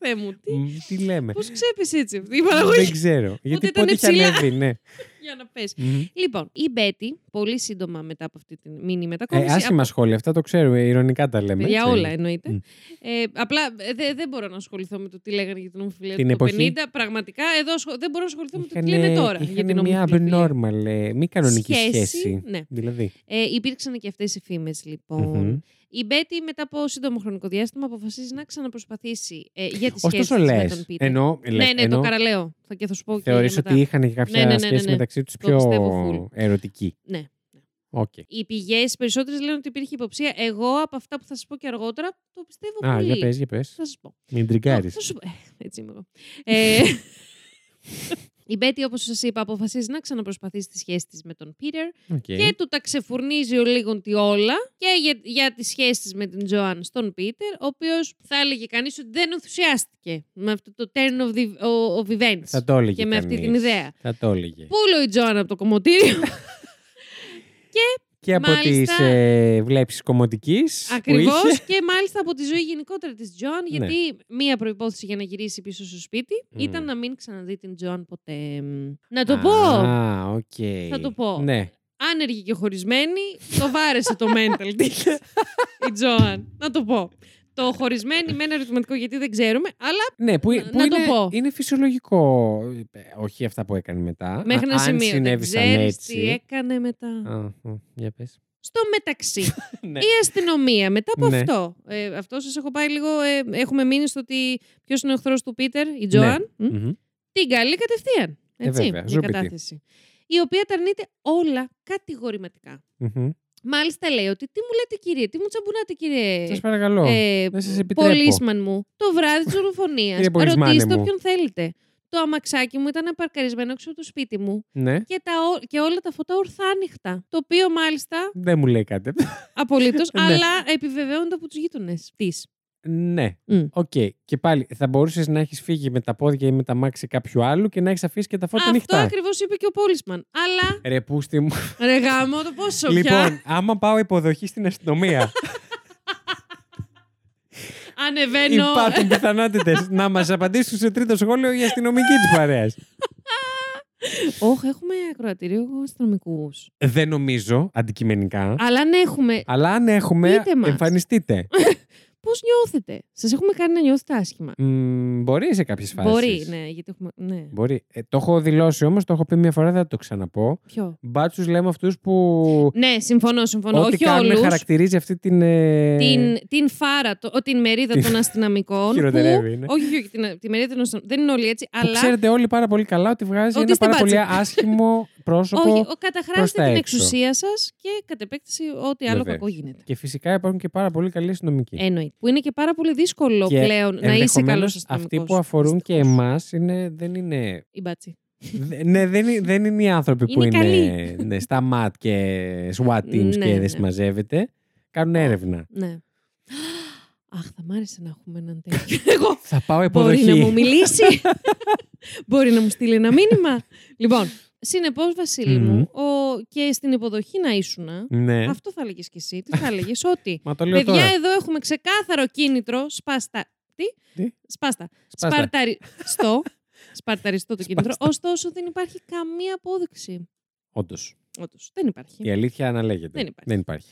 A: Θεέ μου, τι.
B: Μ, Τι λέμε.
A: Πώς ξέπεσε έτσι αυτή η παραγωγή
B: Ναι. Δεν ξέρω. Γιατί
A: ήταν
B: πότε είχε
A: ψηλά.
B: ανέβει, ναι.
A: για να πέσει.
B: Μμμ.
A: Λοιπόν, η Μπέτη, πολύ σύντομα μετά από αυτή την μήνυ μετακόμιση.
B: Ε, άσχημα σχόλια, αυτά το ξέρουμε. Ηρωνικά τα λέμε.
A: Για
B: έτσι.
A: όλα εννοείται.
B: Μμ.
A: Ε, απλά ε, δεν δεν μπορώ να ασχοληθώ με το τι λέγανε για την ομοφυλοφιλία
B: Την
A: του
B: εποχή.
A: 50. Πραγματικά εδώ ασχο- δεν μπορώ να ασχοληθώ με το τι
B: Είχανε-
A: λένε τώρα για την
B: είχανε μια
A: ομοφυλοφιλία.
B: abnormal, ε, μη κανονική σχέση.
A: Ναι.
B: Δηλαδή.
A: Ε, υπήρξαν και αυτές οι φήμες λοιπόν.
B: Μμμ.
A: Η Μπέτη μετά από σύντομο χρονικό διάστημα αποφασίζει να ξαναπροσπαθήσει ε, για τη σχέση
B: Ωστόσο
A: της
B: λε.
A: με τον Πίτερ.
B: Ενώ.
A: ναι, ναι, το καραλέω. Θα και θα σου πω και
B: Θεωρείς
A: μετά.
B: ότι είχαν και κάποια
A: Ναι, ναι, ναι,
B: σχέση
A: ναι.
B: μεταξύ τους
A: Το
B: πιο
A: πιστεύω
B: ερωτική.
A: Ναι.
B: Οκ.
A: Οι πηγές περισσότερες λένε ότι υπήρχε υποψία. Εγώ από αυτά που θα σας πω και αργότερα το πιστεύω
B: Α,
A: πολύ.
B: για πες, για πες.
A: Θα σας πω.
B: Μην τριγκάρεις.
A: Θα σου πω- Ε, Έτσι είμαι εγώ. Ε, η Μπέτη, όπως σας είπα, αποφασίζει να ξαναπροσπαθήσει τη σχέση της με τον Πίτερ
B: Οκ.
A: και του τα ξεφουρνίζει ο λίγον τι όλα και για, για τις σχέσεις της με την Τζοάν στον Πίτερ, ο οποίος θα έλεγε κανείς ότι δεν ενθουσιάστηκε με αυτό το turn of, the, of events.
B: Θα το έλεγε
A: και με αυτή την
B: κανείς.
A: ιδέα.
B: Θα το έλεγε.
A: Πούλο η Τζοάν από το κομμωτήριο.
B: Και από τι
A: Μάλιστα.
B: ε, βλέψεις κομμωτικής
A: Ακριβώ
B: που είχε. Ναι.
A: και μάλιστα από τη ζωή γενικότερα της Τζοάν, γιατί μία προπόθεση για να γυρίσει πίσω στο σπίτι
B: Μμ.
A: ήταν να μην ξαναδεί την Τζοάν ποτέ. Να το
B: Mm. Α,
A: πω!
B: οκ.
A: Θα το πω.
B: Ναι.
A: άνεργη και χωρισμένη, το βάρεσε το mental της η Τζόαν. Να το πω. Το χωρισμένη με ένα ερωτηματικό γιατί δεν ξέρουμε, αλλά
B: Ναι, που,
A: Να-
B: που
A: να το
B: είναι,
A: πω.
B: είναι φυσιολογικό. Ε, Όχι αυτά που έκανε μετά.
A: μέχρι ένα
B: Α, Αν
A: σημείο. Δεν
B: συνέβησαν
A: ξέρεις
B: έτσι.
A: τι έκανε μετά.
B: Α, μ, για πες.
A: Στο μεταξύ,
B: Ναι.
A: η αστυνομία μετά από
B: Ναι.
A: αυτό. ε, αυτό σας έχω πάει λίγο. ε, έχουμε μείνει στο ότι ποιος είναι ο εχθρός του Πίτερ, η Τζόαν. μ,
B: Μμμ.
A: Την καλή κατευθείαν.
B: Ναι. Ε,
A: Έτσι,
B: βέβαια,
A: η
B: ζούπιτη.
A: κατάθεση. Η οποία τα αρνείται όλα κατηγορηματικά.
B: Μμμ.
A: Μάλιστα λέει ότι τι μου λέτε κύριε, τι μου τσαμπουνάτε κύριε.
B: Σας παρακαλώ.
A: ε,
B: Δεν σας επιτρέπω.
A: Πολίσμαν μου, το βράδυ της δολοφονία.
B: Κύριε πολισμάνε
A: Ρωτήστε
B: μου.
A: όποιον θέλετε. Το αμαξάκι μου ήταν παρκαρισμένο έξω από το σπίτι μου
B: Ναι.
A: και, τα, ο- και όλα τα φώτα ορθάνυχτα. Το οποίο μάλιστα
B: Δεν μου λέει κάτι.
A: απολύτως,
B: [LAUGHS] Ναι.
A: αλλά επιβεβαιώνεται από τους γείτονες της.
B: ναι.
A: Μμ.
B: Οκ. Και πάλι θα μπορούσες να έχεις φύγει με τα πόδια ή με τα μάξι κάποιου άλλου και να έχεις αφήσει και τα φώτα
A: Αυτό
B: ανοιχτά.
A: ακριβώς είπε και ο Πόλισμαν. Αλλά.
B: Ρε πούστη μου.
A: Ρε γάμο, [LAUGHS] το πόσο πια.
B: Λοιπόν, άμα πάω υποδοχή στην αστυνομία,
A: Ανεβαίνω. [LAUGHS]
B: υπάρχουν πιθανότητες να μας απαντήσουν σε τρίτο σχόλιο η αστυνομική της παρέας.
A: Όχι, έχουμε ακροατήριο αστυνομικούς.
B: Δεν νομίζω αντικειμενικά.
A: Αλλά αν έχουμε.
B: Αλλά αν έχουμε,
A: Πείτε μας.
B: εμφανιστείτε.
A: Πώς νιώθετε, Σας έχουμε κάνει να νιώθετε άσχημα.
B: Μμμ, μπορεί σε κάποιες φάσεις.
A: Μπορεί, ναι, γιατί έχουμε. Ναι.
B: Μπορεί. Ε, το έχω δηλώσει όμως, το έχω πει μια φορά, δεν θα το ξαναπώ.
A: Ποιο.
B: Μπάτσους λέμε αυτούς που.
A: Ναι, συμφωνώ, συμφωνώ.
B: ό,τι
A: Όχι
B: κάνουν
A: όλους.
B: χαρακτηρίζει αυτή την. ε,
A: Την, την φάρα, το, ο- την μερίδα
B: Την- [LAUGHS]
A: των αστυναμικών.
B: Χειροτερεύει, ναι.
A: που, όχι, όχι, όχι, την, τη μερίδα των αστυνομικών. Δεν είναι όλοι έτσι,
B: Που
A: αλλά.
B: ξέρετε όλοι πάρα πολύ καλά ότι βγάζει
A: Ότι
B: ένα
A: είστε
B: πάρα πολύ
A: μπάτσοι. [LAUGHS]
B: άσχημο πρόσωπο.
A: όχι, ο,
B: προς τα
A: καταχράζεται την
B: έξω.
A: εξουσία σας και κατ' επέκταση ό,τι άλλο
B: Βεβαίως.
A: κακό γίνεται.
B: Και φυσικά υπάρχουν και πάρα πολύ καλοί αστυνομικοί.
A: Εννοείται. Που είναι και πάρα πολύ δύσκολο
B: Και
A: πλέον Ε, να είσαι καλός
B: Ενδεχομένως,
A: αστυνομικό.
B: Αυτοί που αφορούν και εμά δεν είναι.
A: Η μπάτση.
B: δε- ναι, δεν, είναι- δεν είναι οι άνθρωποι που
A: Είναι
B: είναι,
A: καλοί.
B: ναι, στα ματ και SWAT teams
A: Ναι,
B: και
A: ναι.
B: δεν συμμαζεύεται. Κάνουν έρευνα.
A: Ναι. [GASPS] Αχ, θα μ' άρεσε να έχουμε έναν
B: [LAUGHS]
A: τέτοιο. Εγώ
B: Θα πάω
A: Μπορεί
B: υποδοχή. [LAUGHS]
A: να μου μιλήσει. Μπορεί να μου στείλει ένα μήνυμα. λοιπόν, συνεπώς, Βασίλη μου, ο... και στην υποδοχή να ήσουν.
B: Ναι.
A: Αυτό θα έλεγες κι εσύ. Τι θα έλεγες, Ότι.
B: Μα το [LAUGHS] λέω
A: Παιδιά,
B: τώρα.
A: εδώ έχουμε ξεκάθαρο κίνητρο. Σπάστα. Τι?
B: Τι?
A: Σπάστα.
B: Σπάστα. [LAUGHS]
A: Σπαρταριστό. Σπαρταριστό το κίνητρο. Ωστόσο, δεν υπάρχει καμία απόδειξη.
B: Όντως,
A: Όντως, δεν υπάρχει.
B: Η αλήθεια αναλέγεται.
A: Δεν υπάρχει.
B: Δεν υπάρχει.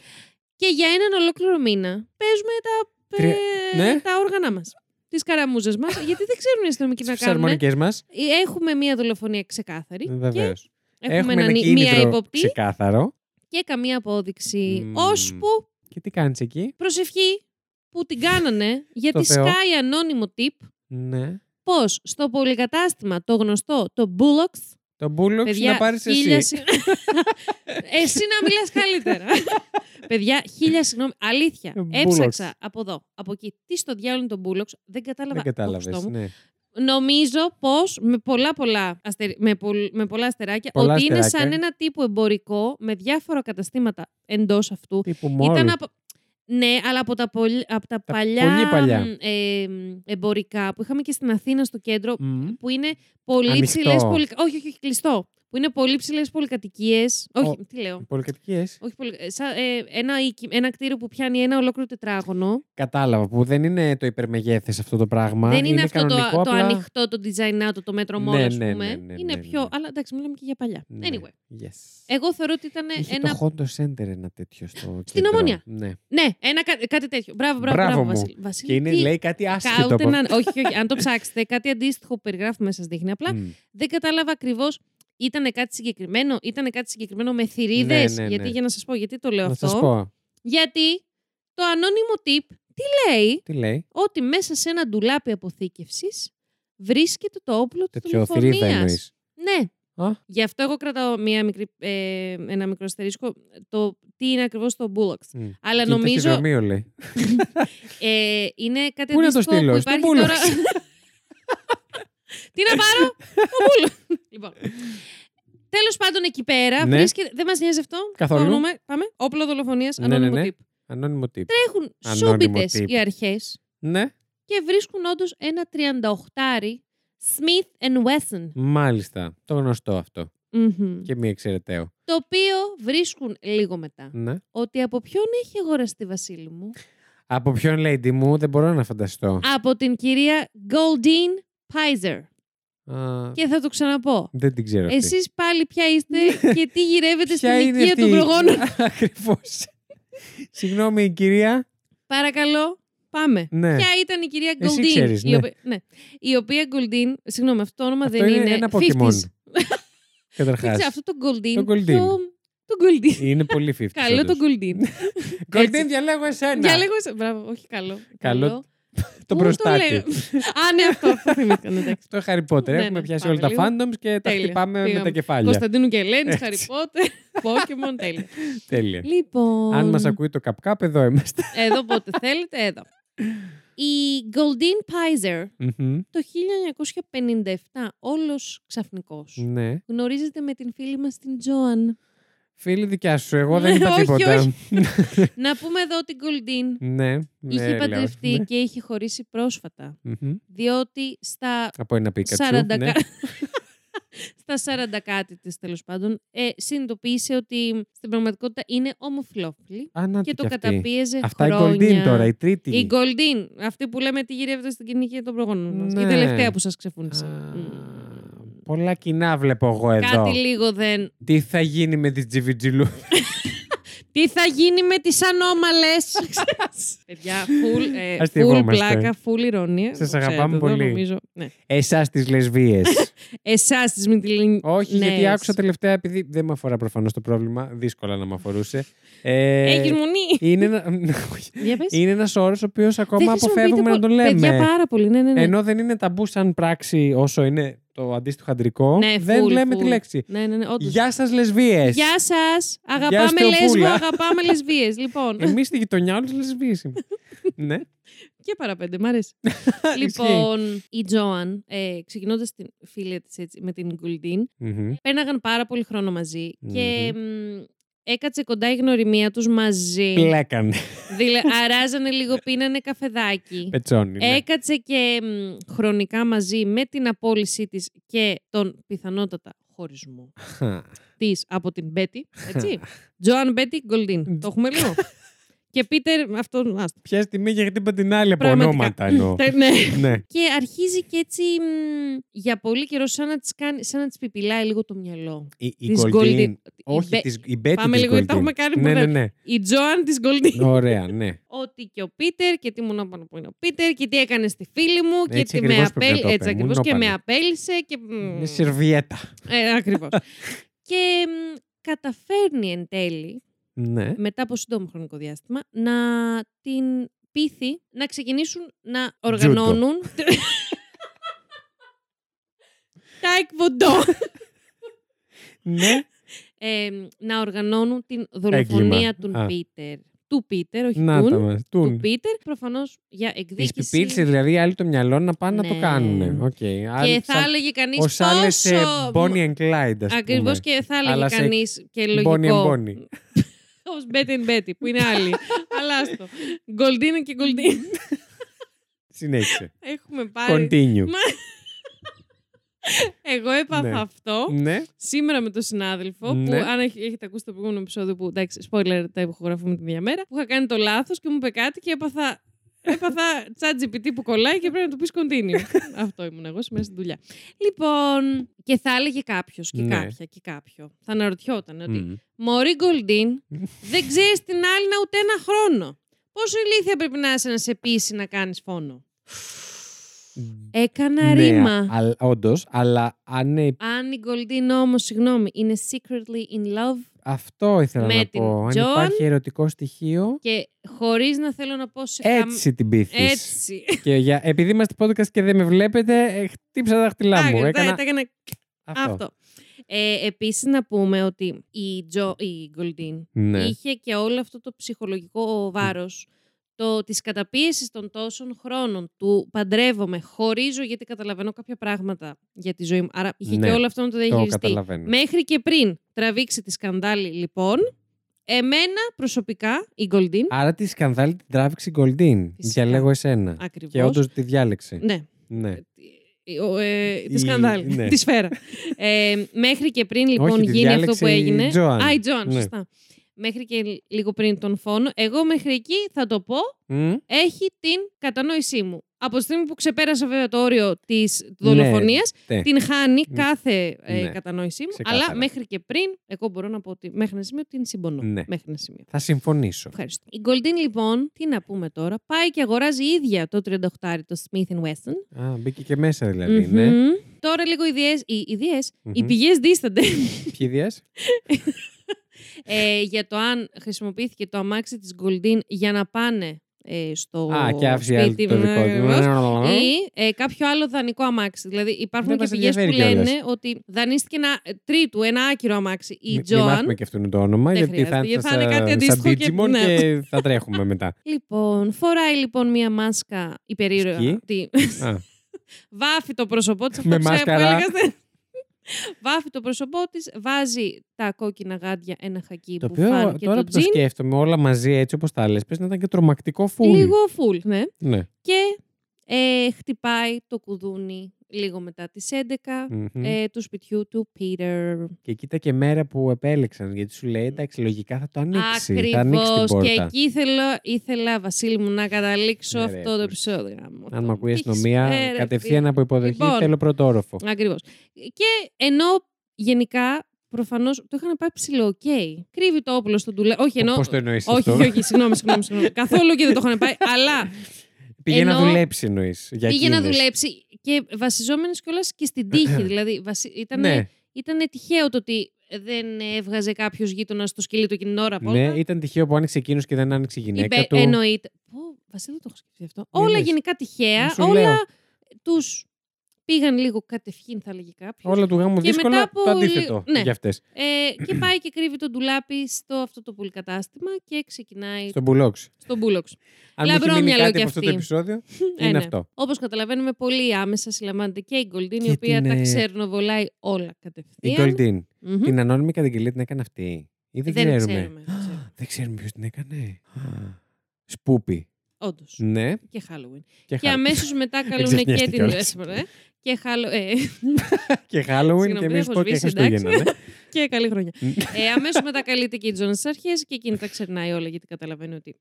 A: Και για έναν ολόκληρο μήνα παίζουμε τα,
B: Τρία-
A: ε,
B: Ναι.
A: τα όργανα μας. Τις καραμούζες μας, γιατί δεν ξέρουν οι αστυνομικοί να
B: Στις
A: κάνουν.
B: αρμονικές μας.
A: Έχουμε μία δολοφονία ξεκάθαρη.
B: Βεβαίω.
A: Και έχουμε,
B: Ε, ένα
A: έναν- μία
B: κίνητρο
A: υποπτή
B: ξεκάθαρο.
A: και καμία απόδειξη.
B: Μμμ.
A: Ώσπου
B: Και τι κάνεις εκεί.
A: προσευχή που
B: [LAUGHS]
A: την κάνανε γιατί
B: Στο Θεό.
A: σκάει ανώνυμο tip
B: Ναι.
A: πως στο πολυκατάστημα το γνωστό, το Bullocks,
B: Το μπούλοξ να πάρει
A: χίλια
B: εσύ.
A: συ- [LAUGHS] εσύ να μιλάς καλύτερα. Παιδιά, χίλια συγγνώμη. Αλήθεια.
B: Μπούλοξ.
A: Έψαξα από εδώ, από εκεί. Τι στο διάλογο είναι το μπούλοξ. Δεν κατάλαβα.
B: Δεν
A: το
B: κατάλαβε.
A: χριστό μου.
B: Ναι.
A: Νομίζω πως με πολλά, πολλά, αστερι... με, πολλ- με πολλά αστεράκια
B: Πολλά
A: ότι είναι
B: αστεράκια,
A: σαν
B: ε.
A: ένα τύπο εμπορικό με διάφορα καταστήματα εντός αυτού.
B: Τύπου μόλ.
A: Ήταν από... Ναι, αλλά από τα, πολ- από τα, παλιά,
B: πολύ παλιά.
A: μ, ε, μ, εμπορικά που είχαμε και στην Αθήνα στο κέντρο
B: Μμμ.
A: που είναι πολύ
B: Ανοιχτό.
A: ψηλές. Πολυ... Όχι, όχι, όχι, κλειστό. Που είναι πολύ ψηλές πολυκατοικίες. Όχι,
B: Ο-
A: τι λέω.
B: Πολυκατοικίες.
A: Όχι, πολυ... ε, σαν, ε, ένα, οίκι- ένα κτίριο που πιάνει ένα ολόκληρο τετράγωνο.
B: Κατάλαβα που δεν είναι το υπερμεγέθε αυτό το πράγμα.
A: Δεν είναι, αυτό το,
B: κανονικό,
A: το
B: απλά-
A: ανοιχτό, το design out, το μέτρο
B: Ναι,
A: μόνο, ας
B: ναι,
A: πούμε.
B: ναι, ναι,
A: είναι
B: ναι,
A: πιο.
B: ναι.
A: Αλλά εντάξει, μιλάμε και για παλιά.
B: Ναι.
A: Anyway.
B: Yes.
A: Εγώ θεωρώ ότι ήταν Ναι,
B: Είχε
A: ένα.
B: το Honda Center ένα τέτοιο στο κέντρο.
A: Ομόνια.
B: Ναι.
A: Ναι, ένα, κά- κάτι τέτοιο. Μπράβο, μπράβο,
B: Μπράβο
A: μπράβο,
B: μου.
A: Βασίλη. Βασίλη,
B: Και είναι,
A: τι-
B: λέει κάτι
A: κα-
B: άσχετο.
A: ούτε
B: από-
A: να- όχι, όχι, αν το ψάξετε, κάτι αντίστοιχο που περιγράφουμε σας δείχνει. Απλά
B: Μμ.
A: δεν κατάλαβα ακριβώς. Ήταν κάτι συγκεκριμένο, ήταν κάτι συγκεκριμένο με θηρίδες.
B: Ναι, ναι,
A: γιατί,
B: ναι.
A: για να σας πω, γιατί το λέω
B: Να
A: αυτό.
B: σας πω.
A: Γιατί το ανώνυμο tip τι λέει,
B: Τι λέει.
A: ότι μέσα σε ένα ντουλάπι αποθήκευσης βρίσκεται το όπλο της
B: Τέτοιο θηρίδα εννοεί.
A: δολοφονία. Ναι.
B: Α.
A: Γι' αυτό εγώ κρατάω μία μικρή, ε, ένα μικρό αστερίσκο, το τι είναι ακριβώς το Bullocks. Αλλά νομίζω
B: λέει.
A: ε, είναι κάτι
B: Πού να το
A: αντίστοιχο
B: στείλω,
A: που
B: στο
A: υπάρχει
B: Bullocks.
A: τώρα. τι να πάρω, το Bullocks. λοιπόν. Τέλος πάντων, εκεί πέρα
B: Ναι.
A: βρίσκεται. Δεν μας νοιάζει αυτό.
B: Καθόλου.
A: Φοβούμε. Πάμε. Όπλο δολοφονίας,
B: Ναι, ναι,
A: ανώνυμο
B: ναι.
A: τύπ.
B: Ανώνυμο τύπο.
A: Τρέχουν
B: Ανώνυμο
A: σούμπιτες
B: τύπ.
A: οι αρχές
B: Ναι,
A: και βρίσκουν όντως ένα 38 Smith and Wesson.
B: μάλιστα. Το γνωστό αυτό.
A: Μμμ.
B: Και μη εξαιρεταίο.
A: Το οποίο βρίσκουν λίγο μετά.
B: Ναι.
A: ότι από ποιον έχει αγοραστεί Βασίλη μου.
B: Από ποιον lady μου δεν μπορώ να φανταστώ.
A: από την κυρία Goldine Pizer.
B: Α,
A: Και θα το ξαναπώ.
B: Δεν την ξέρω. αυτή.
A: Εσείς πάλι ποια είστε και τι γυρεύετε στην
B: Ποια είναι
A: οικία
B: αυτή
A: των
B: η-
A: προγόνων.
B: [LAUGHS] Ακριβώς. Συγγνώμη, η κυρία.
A: Παρακαλώ, πάμε.
B: Ναι.
A: Ποια ήταν η κυρία
B: Εσύ
A: Goldine.
B: ξέρεις, ναι.
A: η, οποία, ναι. η οποία Goldine, συγγνώμη, αυτό το όνομα
B: Αυτό
A: δεν
B: είναι
A: είναι.
B: ένα
A: 50s.
B: Pokemon.
A: [LAUGHS] Δεν ξέρω,
B: Καταρχά.
A: αυτό το Goldine.
B: Το Goldine.
A: πιο- Το Goldine.
B: Είναι πολύ 50.
A: Καλό το
B: όντως. [LAUGHS]
A: Goldine.
B: Goldin,
A: έτσι.
B: διαλέγω εσένα.
A: Διάλεγω. σε- Μπράβο, όχι καλό.
B: Καλό.
A: Πού
B: Το μπροστάτι.
A: λέγα. Α, ναι, αυτό.
B: [LAUGHS]
A: Αυτό θυμήθηκα. ναι, εντάξει.
B: Το Harry Potter.
A: Ναι,
B: Έχουμε
A: ναι,
B: πιάσει
A: πάμε
B: όλα τα
A: λίγο.
B: fandoms και τα
A: Τέλεια.
B: χτυπάμε με τα
A: Πήγαμε.
B: κεφάλια.
A: Κωνσταντίνου και Ελένης,
B: Έτσι.
A: Harry Potter, Pokemon,
B: [LAUGHS]
A: τέλεια.
B: Τέλεια.
A: Λοιπόν.
B: Αν μας ακούει το καπκάπ, εδώ είμαστε.
A: [LAUGHS] Εδώ πότε θέλετε, εδώ. Η Goldine Pizer
B: Μμμ.
A: το 1957, όλος ξαφνικός,
B: Ναι.
A: γνωρίζεται με την φίλη μας την
B: [LAUGHS]
A: Τζόαν.
B: Φίλη δικιά σου, εγώ δεν είπα
A: Ναι, Όχι,
B: τίποτα.
A: όχι. Να πούμε εδώ ότι η Goldine
B: Ναι, ναι.
A: είχε
B: λέω.
A: παντρευτεί
B: Ναι.
A: και είχε χωρίσει πρόσφατα.
B: Μμμ.
A: Διότι στα
B: Από ένα πίκατσου.
A: 40,
B: ναι.
A: κα- [LAUGHS] στα 40 κάτι της τέλος πάντων, ε, συνειδητοποίησε ότι στην πραγματικότητα είναι ομοφυλόφιλη
B: Α, να
A: και
B: τη
A: το
B: κι αυτή.
A: καταπίεζε
B: Αυτά η
A: χρόνια.
B: Goldin τώρα, η τρίτη.
A: Η Goldin, αυτή που λέμε τη γυρεύεται στην κοινή των προγόνων μας.
B: Ναι.
A: Η τελευταία που σας ξεφούνισε.
B: Α,
A: Μμμ.
B: Πολλά κοινά βλέπω εγώ εδώ.
A: Κάτι λίγο δεν.
B: Τι θα γίνει με τη Τζιβιτζιλού.
A: Τι θα γίνει με τις
B: [LAUGHS]
A: ανώμαλες. Παιδιά, full, ε, full
B: Αστειευόμαστε.
A: πλάκα, full ηρωνία.
B: Σας
A: Το ξέρετε,
B: αγαπάμε
A: το
B: πολύ.
A: Νομίζω. Ναι.
B: Εσάς τις λεσβείε.
A: [LAUGHS] Εσάς τις Ναι. Μιτυλίνες.
B: Όχι, γιατί άκουσα τελευταία, επειδή δεν με αφορά προφανώς το πρόβλημα, δύσκολα να με αφορούσε. Ε,
A: Έχεις μονή.
B: είναι ένα, [LAUGHS]
A: Για πες.
B: είναι ένας όρος ο οποίος
A: Δεν
B: ακόμα
A: χρησιμοποιείται
B: αποφεύγουμε να
A: πολύ.
B: τον λέμε.
A: Παιδιά, πάρα πολύ. Ναι, ναι, ναι.
B: Ενώ δεν είναι ταμπού σαν πράξη όσο είναι το αντίστοιχο αντρικό,
A: Ναι,
B: δεν
A: full,
B: λέμε
A: full.
B: τη λέξη.
A: ναι, ναι, ναι, όντως.
B: Γεια σας λεσβείες.
A: Γεια σας. Αγαπάμε
B: Θεοπούλα. Ε.
A: λέσβο, αγαπάμε λεσβίες. Λοιπόν,
B: Εμείς στη γειτονιά όλες λεσβείες είμαστε.
A: [LAUGHS]
B: ναι.
A: και παραπέντε, μ' αρέσει.
B: [LAUGHS] Ισχύει.
A: λοιπόν, η Τζόαν, ε, ξεκινώντας την φίλη της έτσι με την Γκουλντίν,
B: Μμμ. πελεξανε
A: πέναγαν πάρα πολύ χρόνο μαζί
B: Μμμ.
A: και μ, έκατσε κοντά η γνωριμία τους μαζί. Δηλα... αράζανε λίγο, πίνανε καφεδάκι.
B: Πετσόνι. ναι.
A: Έκατσε και μ, χρονικά μαζί με την απόλυσή της και τον πιθανότατα χωρισμό
B: Χα.
A: της από την Μπέτη,
B: [LAUGHS]
A: έτσι. Τζοάν Μπέτη Γκολντίν. Το έχουμε λίγο. και Πίτερ, αυτό, άστο.
B: Ποια στιγμή και χτύπα την άλλη από
A: Πραγματικά.
B: ονόματα
A: [LAUGHS]
B: εννοώ.
A: Τα- ναι.
B: ναι.
A: Και αρχίζει και έτσι μ, για πολύ καιρό σαν να της, κάνει, σαν να της πιπιλάει λίγο το μυαλό.
B: Η, η
A: Της
B: Goldin.
A: Goldin. Η
B: Όχι,
A: Μπε-
B: της, η Betty
A: Πάμε
B: της
A: λίγο, γιατί
B: Goldin.
A: τα έχουμε κάνει
B: Ναι, ναι,
A: μπουρδα.
B: ναι.
A: Η Τζοάν της Γκολντίν.
B: Ωραία, ναι.
A: ότι και ο Πίτερ και τι ήμουν πάνω που είναι ο Πίτερ και τι έκανε στη φίλη μου και
B: Έτσι
A: τι με
B: ακριβώς πρέπει να το
A: απέλ... Έτσι
B: πούμε,
A: ακριβώ και
B: νόπαλο.
A: με απέλησε. Και...
B: Με σερβιέτα.
A: Ε, ακριβώς. [LAUGHS] και μ, καταφέρνει εν τέλει,
B: Ναι.
A: μετά από σύντομο χρονικό διάστημα, να την πείθει να ξεκινήσουν να
B: Τζούντο. [LAUGHS]
A: οργανώνουν. Τα εκβοντό.
B: ναι.
A: Ε, να οργανώνουν την δολοφονία
B: Έγκλημα.
A: του
B: Α.
A: Πίτερ. Του Πίτερ, όχι
B: Να τα
A: του.
B: μας.
A: Του
B: Τούν.
A: Πίτερ, προφανώς για
B: Οι
A: εκδίκηση.
B: σπιπίλσε δηλαδή άλλοι το μυαλό να πάνε να
A: Ναι.
B: το κάνουν. Οκ.
A: Και
B: άλλοι
A: θα
B: σαν-
A: έλεγε κανείς
B: Ως άλλες ε,
A: πόσο.
B: Bonnie and Clyde, ας
A: Ακριβώς
B: πούμε.
A: και θα
B: Αλλά
A: έλεγε
B: σε
A: κανείς και λογικό.
B: Bonnie
A: [LAUGHS]
B: and Bonnie.
A: Ω Betty and Betty, που είναι
B: [LAUGHS]
A: άλλη. Αλλά άστο. Γκολντίνα και Γκολντίνα.
B: Συνέχισε.
A: Έχουμε πάρει.
B: Continue.
A: Μα- Εγώ έπαθα
B: Ναι.
A: αυτό
B: ναι.
A: σήμερα με τον συνάδελφο. Που
B: Ναι.
A: αν έχ- έχετε ακούσει το προηγούμενο επεισόδιο που. Εντάξει, spoiler, τα ηχογραφούμε την ίδια μέρα. Που είχα κάνει το λάθος και μου είπε κάτι και
B: [LAUGHS]
A: έπαθα. Έπαθα ChatGPT που κολλάει και πρέπει να του πεις
B: [LAUGHS]
A: continue. Αυτό ήμουν εγώ σήμερα στη δουλειά. Λοιπόν, και θα έλεγε κάποιος και
B: Ναι.
A: κάποια και κάποιο. Θα αναρωτιόταν ότι
B: Μμ.
A: Μωρή
B: [LAUGHS]
A: Γκολντίν, δεν ξέρεις την άλλη να ούτε ένα χρόνο. Πόσο ηλίθεια πρέπει να είσαι να σε πείσει να κάνεις φόνο. Έκανα ρήμα.
B: Ναι, Όντως, αλλά αν ε,
A: Αν η Γκολντίν όμως, συγγνώμη, είναι secretly in love
B: αυτό ήθελα
A: Με
B: να
A: την
B: πω. Αν
A: John.
B: υπάρχει ερωτικό στοιχείο,
A: και χωρίς να θέλω να πω σε χαμ-
B: έτσι την πείθεις.
A: Έτσι.
B: Και για, επειδή είμαστε podcast και δεν με βλέπετε, ε, χτύψα τα δάχτυλά μου.
A: Τα-
B: Έκανα
A: τα έκανα
B: αυτό.
A: αυτό. Ε, Επίσης, να πούμε ότι η, Τζο, η Γκολντίν
B: Ναι.
A: είχε και όλο αυτό το ψυχολογικό βάρος το, της καταπίεσης των τόσων χρόνων του παντρεύομαι, χωρίζω γιατί καταλαβαίνω κάποια πράγματα για τη ζωή μου. Άρα είχε
B: Ναι,
A: και όλο αυτό να το
B: Το
A: διαχειριστεί.
B: καταλαβαίνω.
A: Μέχρι και πριν τραβήξει τη σκανδάλη λοιπόν, εμένα προσωπικά η Γκολντίν,
B: Άρα τη σκανδάλη την τράβηξε η Γκολντίν.
A: Φυσικά.
B: Διαλέγω εσένα. Και
A: ακριβώς,
B: όντως τη διάλεξε.
A: ναι,
B: Ναι.
A: τη- ο, ε,
B: Η-
A: τη σκανδάλη,
B: ναι.
A: τη σφαίρα. ε, μέχρι και πριν λοιπόν
B: τη
A: γίνει αυτό
B: διάλεξε
A: που
B: η
A: έγινε.
B: Τζοάν.
A: Α, η Τζοάν,
B: Ναι.
A: σωστά. Μέχρι και λίγο πριν τον φόνο. Εγώ μέχρι εκεί θα το πω
B: Μμ.
A: έχει την κατανόησή μου. Από τη στιγμή που ξεπέρασε βέβαια το όριο της
B: Ναι,
A: δολοφονία,
B: τε.
A: την χάνει
B: Ναι.
A: κάθε ε,
B: Ναι.
A: κατανόησή μου.
B: Ξεκάθαρα.
A: Αλλά μέχρι και πριν, εγώ μπορώ να πω ότι μέχρι ένα σημείο την συμπονώ.
B: Ναι.
A: Μέχρι ένα σημείο.
B: Θα συμφωνήσω.
A: Ευχαριστώ. Η Γκολντίν λοιπόν, τι να πούμε τώρα, πάει και αγοράζει η ίδια το 38 το Smith Wesson.
B: Α, μπήκε και μέσα δηλαδή.
A: Μμμ.
B: Ναι.
A: Τώρα λίγο οι, διές, οι, οι, διές, οι
B: Μμμ.
A: πηγές δίστανται
B: Ποιοι διές?
A: ε, για το αν χρησιμοποιήθηκε το αμάξι της Γκολντίν για να πάνε ε, στο
B: Α, και άφησε η άλλη
A: σπίτι.
B: το δικό
A: Ναι,
B: του.
A: βεβαίως. ή ε, κάποιο άλλο δανεικό αμάξι. Δηλαδή υπάρχουν
B: Δεν
A: και
B: μας
A: πηγές που
B: ενδιαφέρει
A: λένε
B: κιόλας.
A: ότι δανείστηκε ένα ε, τρίτου, ένα άκυρο αμάξι. Η
B: Μη- μη
A: Τζοάν.
B: μάθουμε και αυτό είναι το όνομα,
A: Δεν
B: γιατί θα,
A: χρειάζεται,
B: είναι
A: γιατί θα είναι κάτι
B: σαν- σαν
A: αντίστοιχο και-
B: Digimon
A: ναι.
B: και θα τρέχουμε μετά.
A: Λοιπόν, φοράει λοιπόν μία μάσκα υπερήρωα.
B: Σκι.
A: Τι...
B: Α,
A: Βάφει το πρόσωπό της.
B: Με μάσκαρα.
A: ναι. Βάφει το πρόσωπό της, βάζει τα κόκκινα γάντια, ένα χακί
B: το
A: που
B: οποίο
A: φάνηκε
B: τώρα
A: το
B: που το
A: τζιν.
B: σκέφτομαι όλα μαζί έτσι όπως τα λες, πες να ήταν και τρομακτικό φουλ.
A: Λίγο φουλ, ναι.
B: Ναι.
A: Και ε, χτυπάει το κουδούνι λίγο μετά τις 11
B: Μμμ.
A: ε, του σπιτιού του Peter.
B: Και κοίτα και μέρα που επέλεξαν, γιατί σου λέει εντάξει λογικά θα το ανοίξει, θα ανοίξει την
A: Ακριβώς.
B: πόρτα.
A: Και εκεί ήθελα, ήθελα, Βασίλη μου, να καταλήξω
B: Ναι, ρε,
A: αυτό το
B: φίλε.
A: επεισόδιο. Γαμώ
B: Αν
A: το.
B: με ακούει η
A: Έχεις-
B: αστυνομία,
A: ε, ρε,
B: κατευθείαν από υποδοχή
A: Λοιπόν.
B: θέλω πρώτο όροφο.
A: φίλε. Ακριβώς. Και ενώ γενικά, προφανώς το είχαν πάει ψηλό, οκ. Κρύβει το όπλο στον τουλέ. Όχι, ενώ.
B: Πώς το εννοείς
A: όχι,
B: αυτό.
A: όχι, όχι, συγγνώμη, συγγνώμη.
B: [LAUGHS]
A: συγγνώμη. Καθόλου και δεν το είχαν πάει. Αλλά
B: Πήγε να
A: Ενώ-
B: δουλέψει εννοείς. Για
A: πήγε να
B: εκείνες.
A: δουλέψει και βασιζόμενος κιόλας και στην
B: [CLEARS THROAT]
A: τύχη. δηλαδή, βασι... ήταν
B: Ναι,
A: τυχαίο το ότι δεν έβγαζε κάποιος γείτονας το σκυλί του εκείνη την ώρα από όλα.
B: ναι, ήταν τυχαίο που άνοιξε εκείνος και δεν άνοιξε η
A: Η
B: γυναίκα
A: Μπε-
B: του.
A: Εννοείται. Πω, Βασίλη, δεν το έχω σκεφτεί αυτό.
B: Ναι,
A: όλα
B: λες.
A: γενικά τυχαία.
B: Σου λέω.
A: Όλα τους πήγαν λίγο κατευχήν, θα λέγει κάποιος.
B: Όλα του γάμου
A: Και μετά
B: δύσκολα,
A: από
B: το
A: λι-
B: αντίθετο
A: ναι.
B: για αυτές.
A: Ε, και πάει και κρύβει τον ντουλάπι στο αυτό το πουλκατάστημα και ξεκινάει
B: Στον Μπουλόξ.
A: στον μπούλοξ.
B: Αν μου έχει
A: Λαμπρό
B: μείνει
A: μυαλό
B: κάτι
A: κι
B: από αυτό το
A: αυτή. Ε, ναι.
B: επεισόδιο, είναι αυτό.
A: Όπως καταλαβαίνουμε, πολύ άμεσα συλλαμβάνεται και η Γκολντίν, η
B: Και
A: οποία
B: την,
A: τα
B: ε,
A: ξέρνοβολάει όλα
B: Η
A: κατευθείαν.
B: Γκολντίν.
A: Μμμ.
B: Την ανώνυμη καταγγελία την έκανε αυτή. Ή δεν,
A: Δεν
B: ξέρουμε.
A: ξέρουμε, δεν ξέρουμε.
B: [GASPS] Δεν ξέρουμε ποιος την έκανε. Σπούπι.
A: Όντως.
B: Ναι.
A: Και Halloween.
B: Και,
A: Και
B: Hall-
A: αμέσως μετά καλούν και
B: ξεχνιάστηκε
A: την.
B: όλας.
A: Ε, συγγνώμη, ε. Και Halloween.
B: [LAUGHS]
A: ε,
B: και Halloween
A: Συγγνώμη,
B: και εμείς
A: έχω
B: πω και
A: σβήσει,
B: Χριστούγεννα. ναι.
A: Και καλή χρονιά. [LAUGHS] ε, Αμέσως μετά καλείται και η Τζόνα στις αρχές και εκείνη τα ξερνάει όλα γιατί καταλαβαίνει ότι.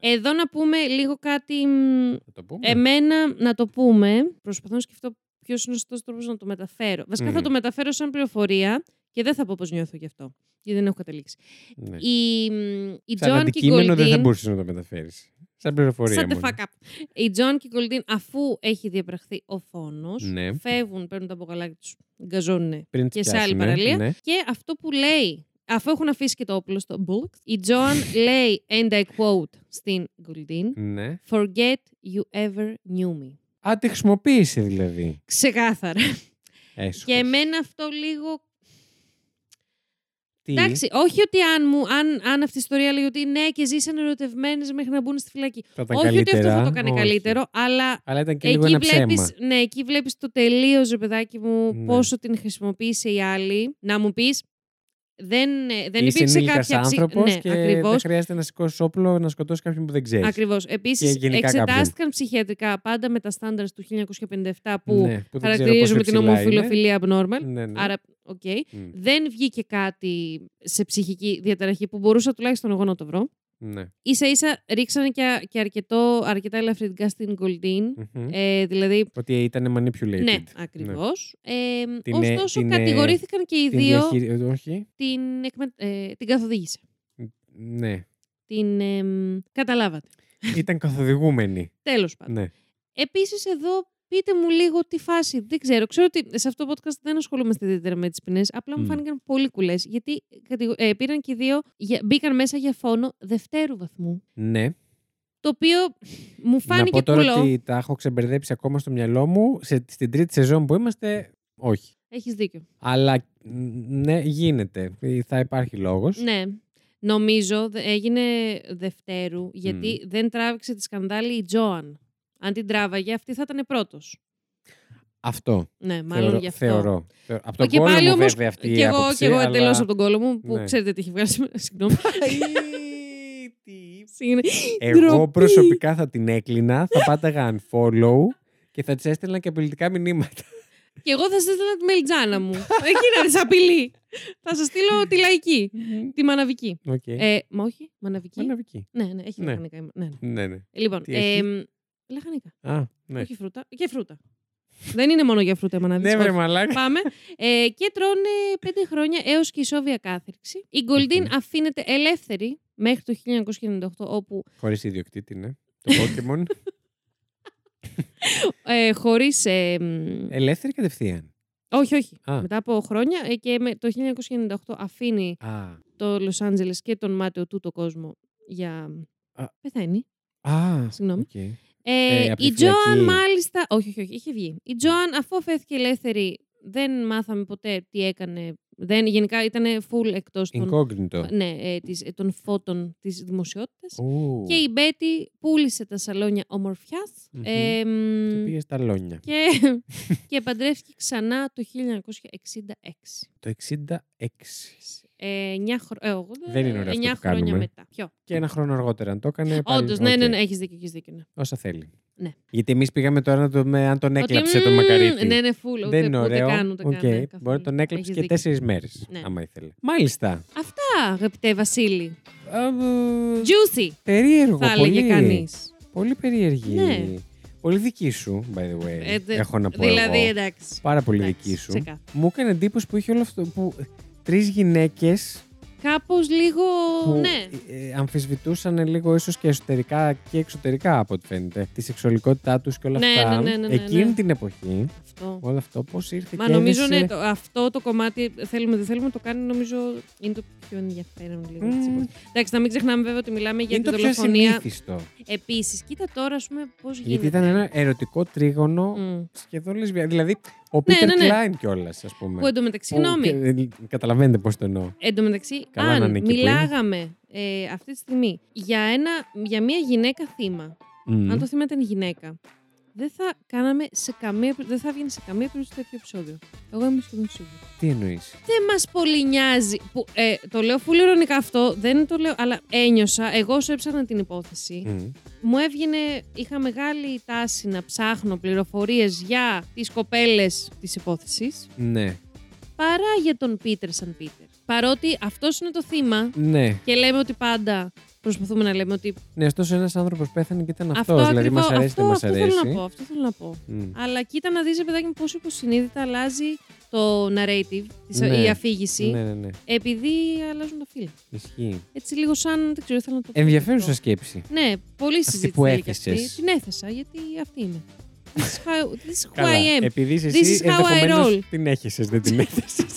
A: Εδώ να πούμε λίγο κάτι. μ,
B: Θα το
A: Ε,
B: πούμε.
A: Εμένα να το πούμε. Προσπαθώ να σκεφτώ ποιος είναι ο σωστός τρόπος να το μεταφέρω. Βασικά θα
B: Μμμ.
A: το μεταφέρω σαν πληροφορία και δεν θα πω πώς νιώθω γι' αυτό. Γιατί δεν έχω καταλήξει.
B: Ναι.
A: Η, μ, η
B: Σαν
A: Τζον και η
B: αντικείμενο δεν θα
A: Γκολντίν.
B: μπορούσες να το μεταφέρεις. Σαν πληροφορία.
A: Σαν the
B: μόνο.
A: fuck up. Η Τζον και η Γκολντίν, αφού έχει διαπραχθεί ο φόνος,
B: Ναι.
A: φεύγουν, παίρνουν τα μπογαλάκια τους, γκαζώνουν
B: Πριν τις
A: και σε άλλη
B: πιάσουνε,
A: παραλία.
B: ναι.
A: Και αυτό που λέει, αφού έχουν αφήσει και το όπλο στο Μπουλκ, η Τζοαν
B: [LAUGHS]
A: λέει, and I quote στην Γκουλντίν,
B: Ναι.
A: Forget you ever knew me.
B: Α, τη χρησιμοποίησε δηλαδή.
A: Ξεκάθαρα.
B: Έσχος.
A: και εμένα αυτό λίγο.
B: Τι.
A: Εντάξει, όχι ότι αν, μου, αν, αν αυτή η ιστορία λέει ότι ναι και ζήσαν ερωτευμένες μέχρι να μπουν στη φυλακή.
B: Θα ήταν
A: Όχι ότι αυτό
B: καλύτερα.
A: θα το έκανε
B: Όχι.
A: καλύτερο, αλλά
B: Αλλά ήταν και λίγο
A: εκεί
B: ένα ψέμα.
A: βλέπεις, ναι, εκεί βλέπεις το τελείως, ρε παιδάκι μου,
B: Ναι.
A: πόσο την χρησιμοποίησε η άλλη. Να μου πεις, δεν, ε, δεν
B: Είσαι
A: υπήρξε
B: ενήλικας
A: κάποια ψυχ-
B: άνθρωπος
A: Ναι,
B: και
A: ακριβώς.
B: δεν χρειάζεται να σηκώσεις όπλο να σκοτώσεις κάποιον που δεν ξέρεις.
A: Ακριβώς. Επίσης,
B: γενικά κάποιον.
A: εξετάστηκαν ψυχιατρικά πάντα με τα στάνταρ του 1957 που
B: ναι, που δεν ξέρω πόσο
A: χαρακτηρίζουμε την
B: υψηλά είναι.
A: ομοφιλοφιλία abnormal.
B: Ναι, ναι.
A: Άρα, οκ.
B: Μμ,
A: Δεν βγήκε κάτι σε ψυχική διαταραχή που μπορούσα τουλάχιστον εγώ να το βρω.
B: ναι.
A: Ίσα ίσα ρίξανε και, και αρκετό, αρκετά ελαφρυντικά στην Goldin.
B: Μμμ.
A: Ε, δηλαδή,
B: Ότι ήταν manipulated.
A: ναι, ακριβώς. Ε,
B: Την, ε,
A: ωστόσο,
B: την, ε,
A: κατηγορήθηκαν και οι
B: Την
A: δύο την,
B: διαχειρι- Όχι.
A: εκμε- ε, την καθοδήγησε.
B: Ναι.
A: Την εμ, καταλάβατε.
B: Ήταν καθοδηγούμενη.
A: Τέλος πάντων.
B: ναι.
A: Επίσης εδώ πείτε μου λίγο τη φάση. Δεν ξέρω. Ξέρω ότι σε αυτό το podcast δεν ασχολούμαστε ιδιαίτερα με τις ποινές. Απλά μου
B: Μμ.
A: φάνηκαν πολύ κουλές. Γιατί κατηγο- ε, πήραν και οι δύο, για- μπήκαν μέσα για φόνο δευτέρου βαθμού.
B: ναι.
A: Το οποίο μου
B: Να
A: φάνηκε
B: πω τώρα
A: κουλό.
B: ότι τα έχω ξεμπερδέψει ακόμα στο μυαλό μου. Σε, στην τρίτη σεζόν που είμαστε, όχι.
A: Έχεις δίκιο.
B: Αλλά ν- ναι, γίνεται. Ε, Θα υπάρχει λόγος.
A: Ναι. Νομίζω δε- έγινε Δευτέρου, γιατί δεν τράβηξε τη σκανδάλη η Τζόαν. Αν την τράβαγε, αυτή θα ήταν πρώτος.
B: Αυτό.
A: Ναι, μάλλον
B: θεωρώ,
A: γι' αυτό.
B: θεωρώ. Θεωρώ. Από τον
A: Και
B: κόλλο
A: πάλι
B: μου
A: όμως,
B: βέβαια αυτή
A: και
B: η
A: εγώ,
B: άποψη,
A: και εγώ
B: αλλά...
A: εντελώς από τον κόλλο μου, που
B: Ναι.
A: ξέρετε τι έχει βγάλει σήμερα. [LAUGHS] Συγγνώμη. Συγγνώμη.
B: Εγώ
A: Ντροπή.
B: προσωπικά θα την έκλεινα, θα πάταγα unfollow και θα της έστελνα και απειλητικά μηνύματα.
A: και εγώ θα σας έστειλα τη μελιτζάνα μου. Εκεί να τη απειλεί. θα σας στείλω τη λαϊκή. τη μαναβική.
B: Οκ.
A: ε, μα όχι, μαναβική.
B: Μαναβική.
A: Ναι, ναι, έχει
B: Ναι.
A: λαχανικά. η μα- Ναι, ναι.
B: Ναι, ναι.
A: Λοιπόν,
B: Τι έχει?
A: εμ, λαχανικά.
B: Α, ναι.
A: Όχι φρούτα. Και φρούτα. Δεν είναι μόνο για φρούτα, μαναβική.
B: Ναι, βρε μαλάκα.
A: Πάμε. Ε, και τρώνε πέντε χρόνια έως και ισόβια κάθριξη. Η Γκολντίν
B: Μμμ.
A: αφήνεται ελεύθερη μέχρι το 1998 όπου
B: Χωρίς ιδιοκτήτη, ναι. Το
A: [LAUGHS]
B: Pokemon.
A: ε, χωρίς... ε, μ,
B: Ελεύθερη κατευθείαν.
A: όχι, όχι.
B: Α.
A: Μετά από χρόνια ε, και με, το 1998 αφήνει
B: Α.
A: το Λος Άντζελες και τον μάταιο του το κόσμο για...
B: Α.
A: Πεθαίνει.
B: Α,
A: Συγγνώμη.
B: οκ.
A: Ε,
B: Ε, απ' τη
A: η Τζοαν
B: φυλακή.
A: μάλιστα... Όχι, όχι, όχι, είχε βγει. Η Τζοαν αφού αφέθηκε ελεύθερη δεν μάθαμε ποτέ τι έκανε. Δεν, γενικά ήταν full εκτός των
B: Incognito.
A: ναι, ε, της, ε, των φώτων της δημοσιότητας.
B: Ου,
A: Και η Μπέτη πούλησε τα σαλόνια ομορφιάς,
B: Μμμ.
A: εμ,
B: και πήγε στα Λόνια.
A: και,
B: [LAUGHS]
A: και παντρεύτηκε ξανά το 1966.
B: Το 66.
A: Ε, 9 χρο... ε, 80,
B: Δεν είναι ωραίο αυτό
A: 9
B: που
A: χρόνια
B: κάνουμε.
A: μετά. Ποιο.
B: Και ένα χρόνο αργότερα. Αν το έκανε. πάλι-
A: Όντως, ναι,
B: οκ.
A: ναι, ναι, έχεις δίκιο. Έχεις δίκιο ναι.
B: Όσα θέλει.
A: Ναι.
B: Γιατί εμείς πήγαμε τώρα να το, με, αν τον
A: Ότι,
B: έκλαψε τον
A: μμμ,
B: Μακαρίτη.
A: Ναι, ναι, φούλ.
B: Δεν είναι
A: Ούτε
B: ωραίο.
A: καν, ούτε
B: Οκ.
A: καν, ναι, καθόλου.
B: Μπορεί να τον
A: Έχεις
B: έκλεψε και
A: δίκιο.
B: τέσσερις μέρες.
A: Ναι.
B: Άμα ήθελε. Μάλιστα.
A: Αυτά, αγαπητέ Βασίλη.
B: Α, μ,
A: Juicy,
B: Περίεργο.
A: θα
B: πολύ,
A: έλεγε κανείς.
B: Πολύ περίεργη.
A: Ναι.
B: Πολύ δική σου, by the way.
A: Ε, δε-
B: έχω να πω.
A: Δηλαδή,
B: εγώ.
A: εντάξει.
B: Πάρα πολύ
A: εντάξει,
B: δική σου.
A: ξεκάθαρα.
B: Μου έκανε εντύπωση που είχε όλο αυτό. Που τρεις γυναίκες
A: Κάπως λίγο.
B: που
A: Ναι.
B: ε, ε, αμφισβητούσαν λίγο ίσως και εσωτερικά και εξωτερικά από ό,τι φαίνεται τη σεξουαλικότητά τους και όλα
A: Ναι,
B: αυτά.
A: ναι, ναι, ναι, ναι,
B: Εκείνη
A: ναι.
B: την εποχή,
A: Αυτό.
B: όλο αυτό πώς ήρθε
A: Μα
B: και
A: νομίζω
B: έδεσε-
A: ναι, το, αυτό το κομμάτι θέλουμε δεν θέλουμε το κάνει νομίζω είναι το πιο ενδιαφέρον λίγο. της
B: Μμμ.
A: εποχής. Εντάξει, να μην ξεχνάμε βέβαια ότι μιλάμε Mm, για
B: είναι
A: τη
B: το πιο
A: δολοφονία.
B: συνήθιστο.
A: Επίσης, κοίτα τώρα, ας πούμε, πώς γίνεται.
B: Γιατί ήταν ένα ερωτικό τρίγωνο
A: Μμ.
B: σχεδόν λεσβιά. Δηλαδή, ο Πίτερ
A: ναι, ναι.
B: Κλάιν κιόλας, ας πούμε.
A: Που εντωμεταξύ,
B: Που-
A: συγγνώμη.
B: και- ε, Καταλαβαίνετε πώς το εννοώ.
A: Εν τω μεταξύ,
B: Καλά να
A: αν
B: είναι εκεί που
A: μιλάγαμε ε, αυτή τη στιγμή για, ένα, για μια γυναίκα θύμα,
B: Μμ.
A: αν το θύμα ήταν γυναίκα, δεν θα, κάναμε σε καμία, δεν θα βγαίνει σε καμία περίπτωση τέτοιο επεισόδιο. Εγώ είμαι σχεδόν σίγουρη.
B: Τι εννοείς.
A: δεν μας πολύ νοιάζει. Που, ε, το λέω φουλ ειρωνικά αυτό, δεν το λέω, αλλά ένιωσα. Εγώ σου έψαχνα την υπόθεση.
B: Mm.
A: Μου έβγαινε, είχα μεγάλη τάση να ψάχνω πληροφορίες για τις κοπέλες της υπόθεσης
B: Ναι.
A: παρά για τον Πίτερ σαν Πίτερ. Παρότι αυτός είναι το θύμα
B: Ναι.
A: και λέμε ότι πάντα προσπαθούμε να λέμε ότι
B: Ναι, ωστόσο ένας άνθρωπος πέθανε και ήταν αυτό.
A: αυτός
B: δηλαδή, μας
A: ακριβώς-
B: αρέσει,
A: αυτό,
B: δεν μας
A: αυτό θέλω να
B: αρέσει. Mm.
A: πω, αυτό θέλω να πω.
B: Μμ.
A: Αλλά κοίτα να δεις, ρε παιδάκι μου, πόσο υποσυνείδητα αλλάζει το narrative, της-
B: Ναι.
A: η αφήγηση,
B: Ναι, ναι, ναι.
A: επειδή αλλάζουν τα φύλλα.
B: Ισχύει.
A: Έτσι λίγο σαν. Δεν ξέρω, θέλω να το πω.
B: Ενδιαφέρουσα
A: αυτό.
B: σκέψη.
A: Ναι, πολύ συζήτηση.
B: που
A: θέλει και αυτή.
B: έθεσες.
A: Την έθεσα γιατί αυτή είμαι. This is how, this is who
B: Καλά. Ε,
A: I am.
B: Επειδή είσαι
A: This
B: εσύ,
A: is how I roll.
B: ενδεχομένως την έχεσες,
A: [LAUGHS]
B: δεν την έθεσες.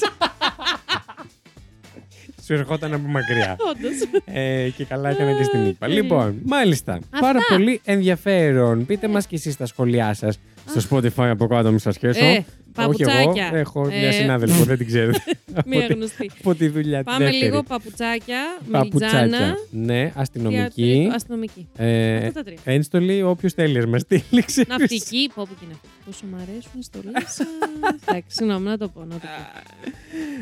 B: Σου ερχόταν από μακριά.
A: Όντως.
B: [LAUGHS] Ε, και καλά έκανα και στην είπα.
A: Οκ.
B: Λοιπόν, μάλιστα. Πάρα πολύ ενδιαφέρον. Πείτε μας κι εσείς τα σχόλιά σας. Στο Spotify από κάτω, μην σας χέσω.
A: Ε,
B: Όχι εγώ.
A: παπουτσάκια.
B: Έχω μια
A: Ε,
B: συνάδελφο, δεν την
A: [LAUGHS]
B: ξέρετε.
A: Μία
B: Από τη- [LAUGHS]
A: γνωστή.
B: Από τη δουλειά τη.
A: Πάμε
B: δεύτερη.
A: λίγο παπουτσάκια,
B: Παπουτσάκια.
A: μιλτζάνα.
B: Ναι, αστυνομική.
A: ιατρικό- Αστυνομική.
B: ε,
A: Αυτά τα τρία.
B: Ένστολη, όποιος θέλει, μα στείλει. ξέρεις.
A: Ναυτική, πω πω και ναυτική. Πόσο μ' αρέσουν [LAUGHS] στο λες. Εντάξει, συγγνώμη, να το πω. Να το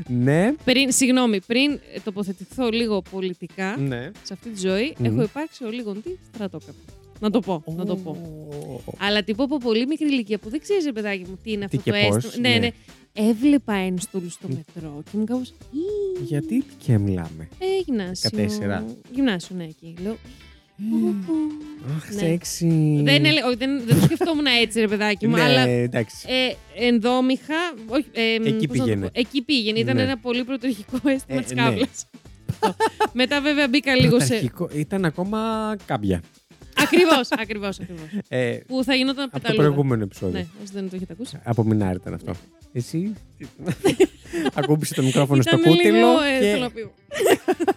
A: πω.
B: Ναι,
A: Πριν, συγγνώμη, πριν ε, τοποθετηθώ λίγο πολιτικά
B: ναι.
A: σε αυτή τη ζωή,
B: Μμμ.
A: έχω υπάρξει ο λίγον τι στρατόκαπη. Να το πω, να το πω.
B: Ω.
A: Αλλά την πω από πολύ μικρή ηλικία που δεν ξέρεις, παιδάκι μου, τι είναι
B: Τι
A: αυτό
B: και
A: το
B: πώς,
A: αίσθημα.
B: ναι.
A: Ναι, ναι. Έβλεπα ένστολου στο μετρό και μου κάπως.
B: Γιατί και μιλάμε.
A: Ε, γυμνάσιο.
B: Κατέσσερα. Ε.
A: Γυμνάσιο, ναι, εκεί. Λέω.
B: Αχ,
A: Ναι.
B: σεξι.
A: Δεν, έλε- όχι, δεν, δεν το σκεφτόμουν έτσι, ρε παιδάκι μου,
B: Ναι,
A: αλλά
B: εντάξει.
A: ε, ενδόμηχα. Όχι, ε, μ,
B: Εκεί
A: πώς να το
B: πήγαινε.
A: πω, Εκεί πήγαινε. Ήταν
B: Ναι.
A: ένα πολύ πρωτορχικό αίσθημα
B: Ε,
A: της
B: ναι.
A: κάβλα. Μετά βέβαια μπήκα λίγο σε.
B: Πρωταρχικό- Ήταν ακόμα κάποια.
A: Ακριβώς, ακριβώς, ακριβώς.
B: Ε,
A: Που θα γινόταν
B: από το
A: πεταλούδα.
B: προηγούμενο επεισόδιο.
A: Ναι, όσοι δεν το έχετε ακούσει.
B: Από μινάρ ήταν αυτό. Εσύ. [LAUGHS] Ακούμπησε το μικρόφωνο στο
A: Ήταν λίγο,
B: κούτιλο
A: ε,
B: και,
A: [LAUGHS] θελοποιού.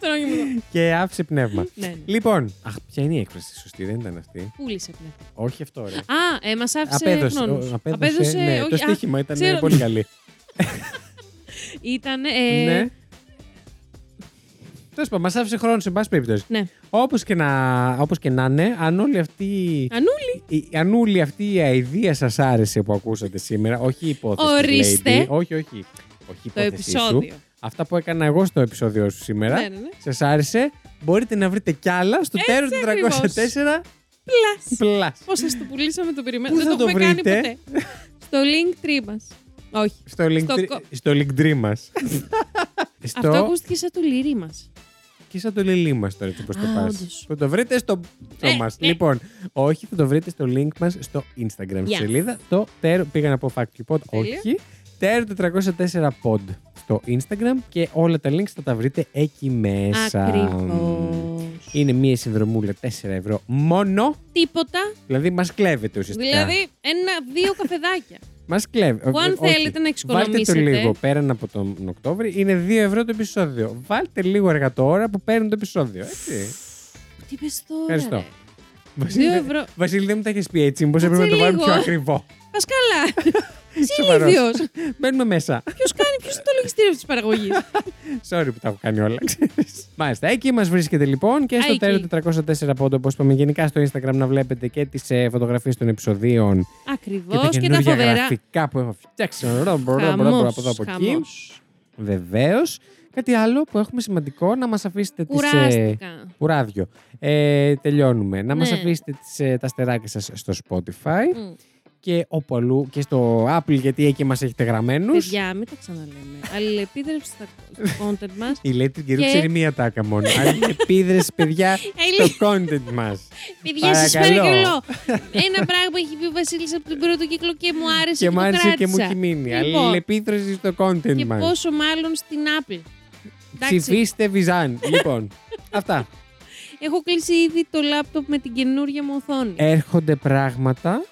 A: Τον όχι μου
B: και άφησε πνεύμα.
A: Ναι, ναι.
B: Λοιπόν, αχ, ποια είναι η έκφραση σωστή, δεν ήταν αυτή.
A: Πούλησε πνεύμα.
B: Όχι αυτό, ρε.
A: Α, ε, μας άφησε
B: Απέδωσε.
A: γνώμους.
B: ο- Απέδωσε. Ναι, το
A: όχι, α,
B: στοίχημα ήταν
A: ξέρω-
B: πολύ καλή.
A: Ήταν. ε,
B: Ναι. Τέλος πάντων, μας άφησε χρόνος σε πάση περιπτώσει.
A: ναι.
B: Όπως και, να, όπως και να είναι, αν όλη αυτή.
A: Ανούλη.
B: η- αν όλη αυτή η αηδία σας άρεσε που ακούσατε σήμερα, όχι η υπόθεση. της
A: Ορίστε.
B: Lady, όχι, όχι. Όχι η
A: Το
B: υπόθεσή
A: επεισόδιο.
B: Σου. Αυτά που έκανα εγώ στο επεισόδιο σου σήμερα.
A: Ναι, ναι, ναι.
B: Σας άρεσε. Μπορείτε να βρείτε κι άλλα στο
A: Έτσι
B: τέλο του 304
A: Πλά.
B: Plus.
A: Πώς σας το πουλήσαμε, το
B: Πού
A: περιμένουμε.
B: θα
A: Δεν το
B: το
A: έχουμε κάνει
B: βρείτε?
A: ποτέ. Στο link tree μας. Όχι.
B: Στο link,
A: Στο
B: τρι-
A: κο-
B: στο link tree
A: [LAUGHS]
B: μας.
A: Αυτό
B: στο...
A: ακούστηκε σαν το λυρί μας.
B: Και σαν το λιλί μας τώρα, έτσι πώς το
A: Α,
B: πας.
A: όντως.
B: Θα το βρείτε στο. στο
A: Ε,
B: μας.
A: ναι.
B: Λοιπόν, όχι, θα το βρείτε στο link μας στο Instagram στη
A: Yes.
B: σελίδα. Το τέρο. Πήγα να πω fact you pod.
A: Τέλεια.
B: Όχι. Τέρο 404 pod στο Instagram και όλα τα links θα τα βρείτε εκεί μέσα.
A: Ακριβώς.
B: Είναι μία συνδρομούλα 4 ευρώ μόνο.
A: Τίποτα.
B: Δηλαδή μας κλέβετε ουσιαστικά.
A: Δηλαδή, ένα-δύο καφεδάκια.
B: Μας κλέβει.
A: Που αν
B: ε, Όχι.
A: θέλετε να
B: Βάλτε το
A: εξοικονομήσετε.
B: λίγο πέραν από τον Οκτώβρη, είναι 2 ευρώ το επεισόδιο. Βάλτε λίγο αργά το ώρα που παίρνει το επεισόδιο. Έτσι.
A: Τι πες τώρα.
B: Ευχαριστώ.
A: ρε.
B: Βασίλη,
A: Δύο
B: δεν-
A: ευρώ.
B: Βασίλη, δεν μου τα έχεις πει έτσι. Μήπως
A: Έτσι
B: έπρεπε να το βάλουμε
A: λίγο. [LAUGHS]
B: πιο ακριβό. [LAUGHS]
A: Πασκαλά.
B: Σοβαρός.
A: Συνήθιο.
B: Μπαίνουμε μέσα.
A: Ποιος κάνει, ποιος είναι το λογιστήριο της παραγωγής.
B: [LAUGHS] Sorry που τα έχω κάνει όλα. ξέρεις. Μάλιστα. Εκεί μας βρίσκεται λοιπόν και στο
A: Α,
B: τέλο
A: εκεί.
B: 404 πόντο, όπως είπαμε, γενικά στο Instagram να βλέπετε και τις φωτογραφίες των επεισοδίων
A: Ακριβώς και
B: και τα
A: τα
B: καινούργια
A: φοβερά.
B: γραφικά που έχω φτιάξει. Ρο, μπρο, μπρο, μπρο, μπρο,
A: Χαμός,
B: από εδώ από εκεί.
A: χαμός.
B: Βεβαίως. Κάτι άλλο που έχουμε σημαντικό να μας αφήσετε τις.
A: Κουράστηκα.
B: Κουράδιο. Ε, τελειώνουμε. Να μας
A: Ναι.
B: αφήσετε τις, ε, τα αστεράκια σας στο Spotify.
A: Μμ.
B: και όπου αλλού και στο Apple, γιατί εκεί μας έχετε γραμμένους.
A: Παιδιά, μην τα ξαναλέμε. Αλληλεπίδρευση στα content μας.
B: [LAUGHS] Η Λέτρη Γκερού
A: Και- Ε,
B: ξέρει μία τάκα μόνο. Αν επίδρες,
A: [LAUGHS]
B: παιδιά, στο content μας.
A: Παιδιά, σας
B: Παρακαλώ.
A: παρακαλώ. Ένα πράγμα έχει πει ο Βασίλης από τον πρώτο κύκλο και μου άρεσε
B: Και
A: και,
B: μου
A: το
B: άρεσε
A: κράτησα.
B: και μου έχει μείνει.
A: Λοιπόν,
B: Αλληλεπίδραση στο content
A: και
B: μας.
A: πόσο μάλλον στην Apple. εντάξει.
B: Ψηφίστε Βιζάν. Λοιπόν, αυτά.
A: Έχω κλείσει ήδη το λάπτοπ με την καινούργια μου οθόνη.
B: Ε, Έρχονται πράγματα,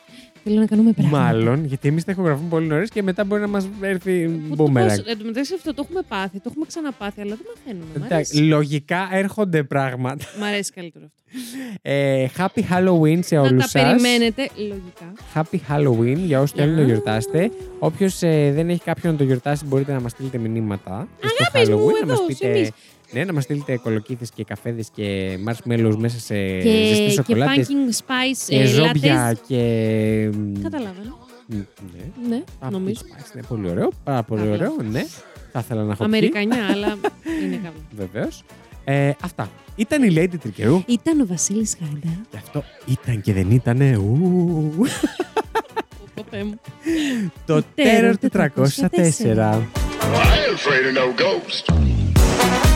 A: Θέλω να κάνουμε πράγματα.
B: μάλλον, γιατί εμείς τα έχω γραφεί πολύ νωρίς και μετά μπορεί να μας έρθει
A: Ε, Πού το
B: μπούμερα.
A: πώς- Εν τω μεταξύ αυτό το έχουμε πάθει, το έχουμε ξαναπάθει, αλλά δεν μαθαίνουμε. Μ'
B: Εντάξει,
A: αρέσει,
B: Λογικά έρχονται πράγματα.
A: Μ' αρέσει καλύτερο αυτό.
B: Ε, happy Halloween σε όλου
A: να τα
B: σας.
A: περιμένετε λογικά.
B: Happy Halloween για όσοι θέλουν να το
A: Γεια.
B: γιορτάσετε. Όποιος δεν έχει κάποιον να το γιορτάσει, μπορείτε να μας στείλετε μηνύματα. στο
A: Αγάπες μου,
B: να
A: εδώ,
B: μας
A: σε εμείς.
B: πείτε, ναι, να μας στείλετε κολοκύθες και καφέδες και marshmallows μέσα σε ζεστές
A: και, και
B: σοκολάτες
A: fucking spice
B: και
A: ε,
B: ζόμπια
A: lattes.
B: και.
A: Καταλάβανα.
B: Μ, Ναι.
A: Ναι,
B: Α,
A: νομίζω.
B: spice, ναι, πολύ ωραίο. Πάρα πολύ
A: Καλά.
B: ωραίο, ναι. Θα ήθελα να έχω πει.
A: Αμερικανιά, αλλά είναι
B: [LAUGHS]
A: καλό.
B: Βεβαίως. Ε, αυτά. Ήταν η Lady Τρικερού.
A: Ήταν ο Βασίλης Χάιντα.
B: Γι' αυτό ήταν και δεν ήτανε. Ου. Το Terror 404.
C: I ain't afraid of no ghost.